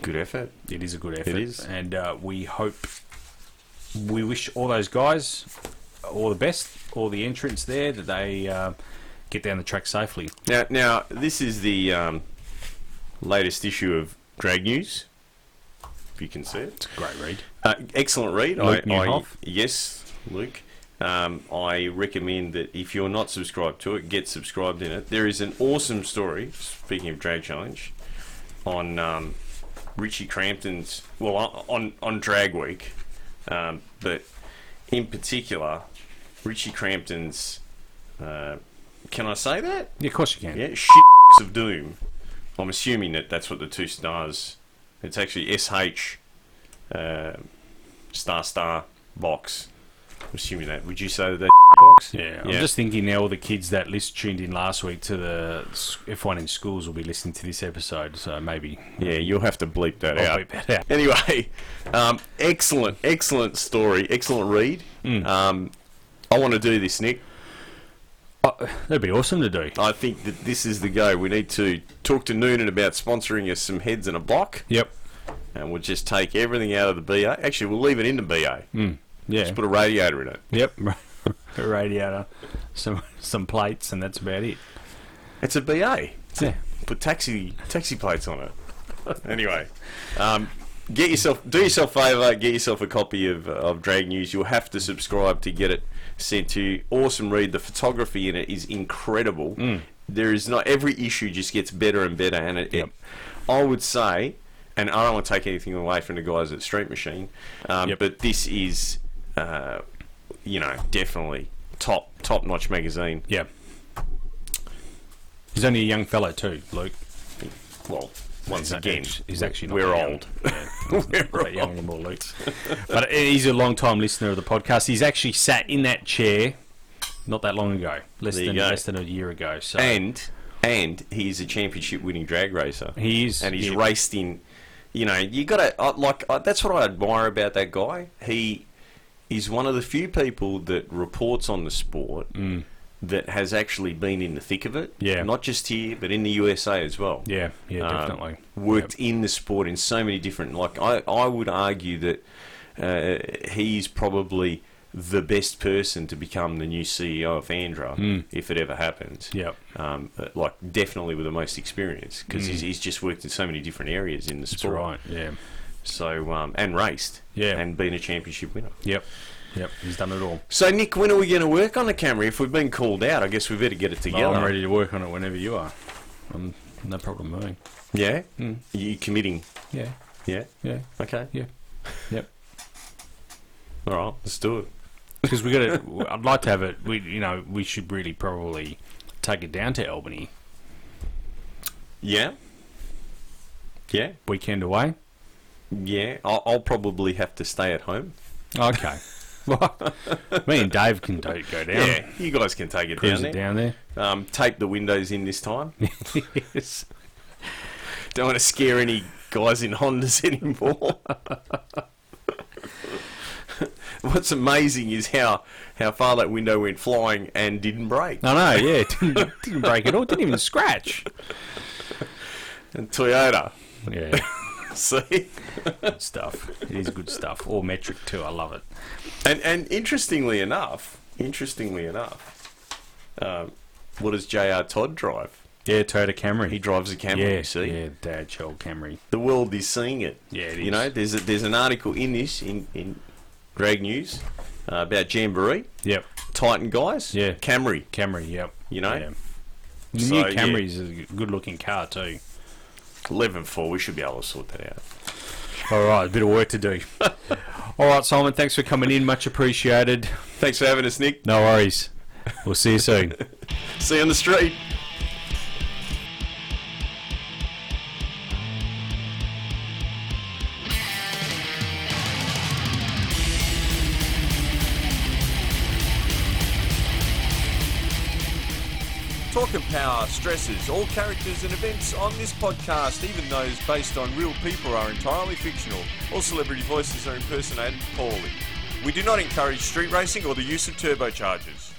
[SPEAKER 6] Good effort.
[SPEAKER 5] It is a good effort.
[SPEAKER 6] is.
[SPEAKER 5] And uh, we hope, we wish all those guys all the best, all the entrants there, that they uh, get down the track safely.
[SPEAKER 6] Now, now this is the um, latest issue of Drag News. If you can see it,
[SPEAKER 5] Great read.
[SPEAKER 6] uh, excellent read.
[SPEAKER 5] Luke
[SPEAKER 6] I, I,
[SPEAKER 5] Newhoff.
[SPEAKER 6] yes, Luke. Um, I recommend that if you're not subscribed to it, get subscribed in it. There is an awesome story. Speaking of drag challenge, on um, Richie Crampton's well on on, on Drag Week, um, but in particular, Richie Crampton's. Uh, can I say that?
[SPEAKER 5] Yeah, of course you can.
[SPEAKER 6] Yeah, shits of doom. I'm assuming that that's what the two stars. It's actually SH uh, star star box assuming that. Would you say that they
[SPEAKER 5] Yeah, I'm just thinking now all the kids that list tuned in last week to the s- F1 in schools will be listening to this episode, so maybe.
[SPEAKER 6] Yeah, you'll have to bleep that
[SPEAKER 5] I'll
[SPEAKER 6] out.
[SPEAKER 5] bleep that out.
[SPEAKER 6] Anyway, um, excellent, excellent story, excellent read.
[SPEAKER 5] Mm.
[SPEAKER 6] Um, I want to do this, Nick.
[SPEAKER 5] Oh, that'd be awesome to do.
[SPEAKER 6] I think that this is the go. We need to talk to Noonan about sponsoring us some heads and a block.
[SPEAKER 5] Yep.
[SPEAKER 6] And we'll just take everything out of the BA. Actually, we'll leave it in the BA.
[SPEAKER 5] Mm, yeah.
[SPEAKER 6] Just put a radiator in it.
[SPEAKER 5] Yep. A radiator, some some plates, and that's about it.
[SPEAKER 6] It's a BA. It's a-
[SPEAKER 5] Yeah.
[SPEAKER 6] put taxi taxi plates on it. anyway, um, get yourself do yourself a favour. Get yourself a copy of uh, of Drag News. You'll have to subscribe to get it sent to you. Awesome read. The photography in it is incredible.
[SPEAKER 5] Mm.
[SPEAKER 6] There is not every issue just gets better and better, and it. it- I would say, and I don't want to take anything away from the guys at Street Machine, um, but this is, uh, you know, definitely top top notch magazine.
[SPEAKER 5] Yeah. He's only a young fellow too, Luke.
[SPEAKER 6] Well, once
[SPEAKER 5] he's
[SPEAKER 6] again,
[SPEAKER 5] act- he's actually not
[SPEAKER 6] we're
[SPEAKER 5] that young.
[SPEAKER 6] old.
[SPEAKER 5] Yeah, he's not that young anymore, Luke. But he's a long-time listener of the podcast. He's actually sat in that chair not that long ago, less
[SPEAKER 6] There you
[SPEAKER 5] than
[SPEAKER 6] go.
[SPEAKER 5] less than a year ago. So
[SPEAKER 6] and and he's a championship winning drag racer.
[SPEAKER 5] He is,
[SPEAKER 6] and he's
[SPEAKER 5] yeah.
[SPEAKER 6] raced in. You know, you got to like I, that's what I admire about that guy. He is one of the few people that reports on the sport
[SPEAKER 5] Mm.
[SPEAKER 6] that has actually been in the thick of it.
[SPEAKER 5] Yeah.
[SPEAKER 6] not just here, but in the USA as well.
[SPEAKER 5] Yeah, yeah,
[SPEAKER 6] Um,
[SPEAKER 5] definitely.
[SPEAKER 6] worked in the sport in so many different. Like I, I would argue that uh, he's probably the best person to become the new CEO of Andra
[SPEAKER 5] Mm.
[SPEAKER 6] if it ever happens.
[SPEAKER 5] Yep.
[SPEAKER 6] Um, but, like definitely with the most experience because
[SPEAKER 5] Mm.
[SPEAKER 6] he's, he's just worked in so many different areas in the
[SPEAKER 5] That's
[SPEAKER 6] sport.
[SPEAKER 5] right, yeah.
[SPEAKER 6] So um, and raced.
[SPEAKER 5] Yeah.
[SPEAKER 6] And been a championship winner.
[SPEAKER 5] Yep, yep, he's done it all.
[SPEAKER 6] So Nick, when are we going to work on the camera? If we've been called out, I guess we better get it together.
[SPEAKER 5] Oh, I'm ready to work on it whenever you are. I'm no problem moving.
[SPEAKER 6] Yeah. You committing?
[SPEAKER 5] Mm. Yeah.
[SPEAKER 6] Yeah.
[SPEAKER 5] Yeah.
[SPEAKER 6] Okay.
[SPEAKER 5] Yeah. Yep.
[SPEAKER 6] All right. Let's do it.
[SPEAKER 5] Because we got to. I'd like to have it. We you know we should really probably take it down to Albany
[SPEAKER 6] Yeah. Yeah.
[SPEAKER 5] weekend away.
[SPEAKER 6] Yeah. I'll, I'll probably have to stay at home.
[SPEAKER 5] Okay. well, me and Dave can do, go down.
[SPEAKER 6] Yeah. You guys can take it
[SPEAKER 5] Cruise
[SPEAKER 6] down
[SPEAKER 5] it
[SPEAKER 6] there.
[SPEAKER 5] down there.
[SPEAKER 6] Um, tape the windows in this time. yes. Don't want to scare any guys in Hondas anymore. What's amazing is how how far that window went flying and didn't break.
[SPEAKER 5] I know. Yeah, it didn't, didn't break at all. Didn't even scratch.
[SPEAKER 6] And Toyota.
[SPEAKER 5] Yeah.
[SPEAKER 6] See?
[SPEAKER 5] Good stuff. It is good stuff. All metric too. I love it.
[SPEAKER 6] And and interestingly enough, interestingly enough, um, what does J.R. Todd drive?
[SPEAKER 5] Yeah, Toyota Camry.
[SPEAKER 6] He drives a Camry.
[SPEAKER 5] yeah,
[SPEAKER 6] you see,
[SPEAKER 5] yeah, Dad, Joel Camry.
[SPEAKER 6] the world is seeing it.
[SPEAKER 5] Yeah, it
[SPEAKER 6] you
[SPEAKER 5] is.
[SPEAKER 6] know, there's a, there's an article in this in in Drag News uh, about Jamboree.
[SPEAKER 5] Yep.
[SPEAKER 6] Titan guys.
[SPEAKER 5] Yeah.
[SPEAKER 6] Camry.
[SPEAKER 5] Camry. Yep.
[SPEAKER 6] You know,
[SPEAKER 5] Yeah. The
[SPEAKER 6] So,
[SPEAKER 5] new
[SPEAKER 6] yeah.
[SPEAKER 5] Camry is a good looking car too.
[SPEAKER 6] eleven four. We should be able to sort that out.
[SPEAKER 5] All right, a bit of work to do. All right, Simon, thanks for coming in. Much appreciated.
[SPEAKER 6] Thanks for having us, Nick.
[SPEAKER 5] No worries. We'll see you soon.
[SPEAKER 6] See you on the street. Talk and Power stresses all characters and events on this podcast, even those based on real people, are entirely fictional. All celebrity voices are impersonated poorly. We do not encourage street racing or the use of turbochargers.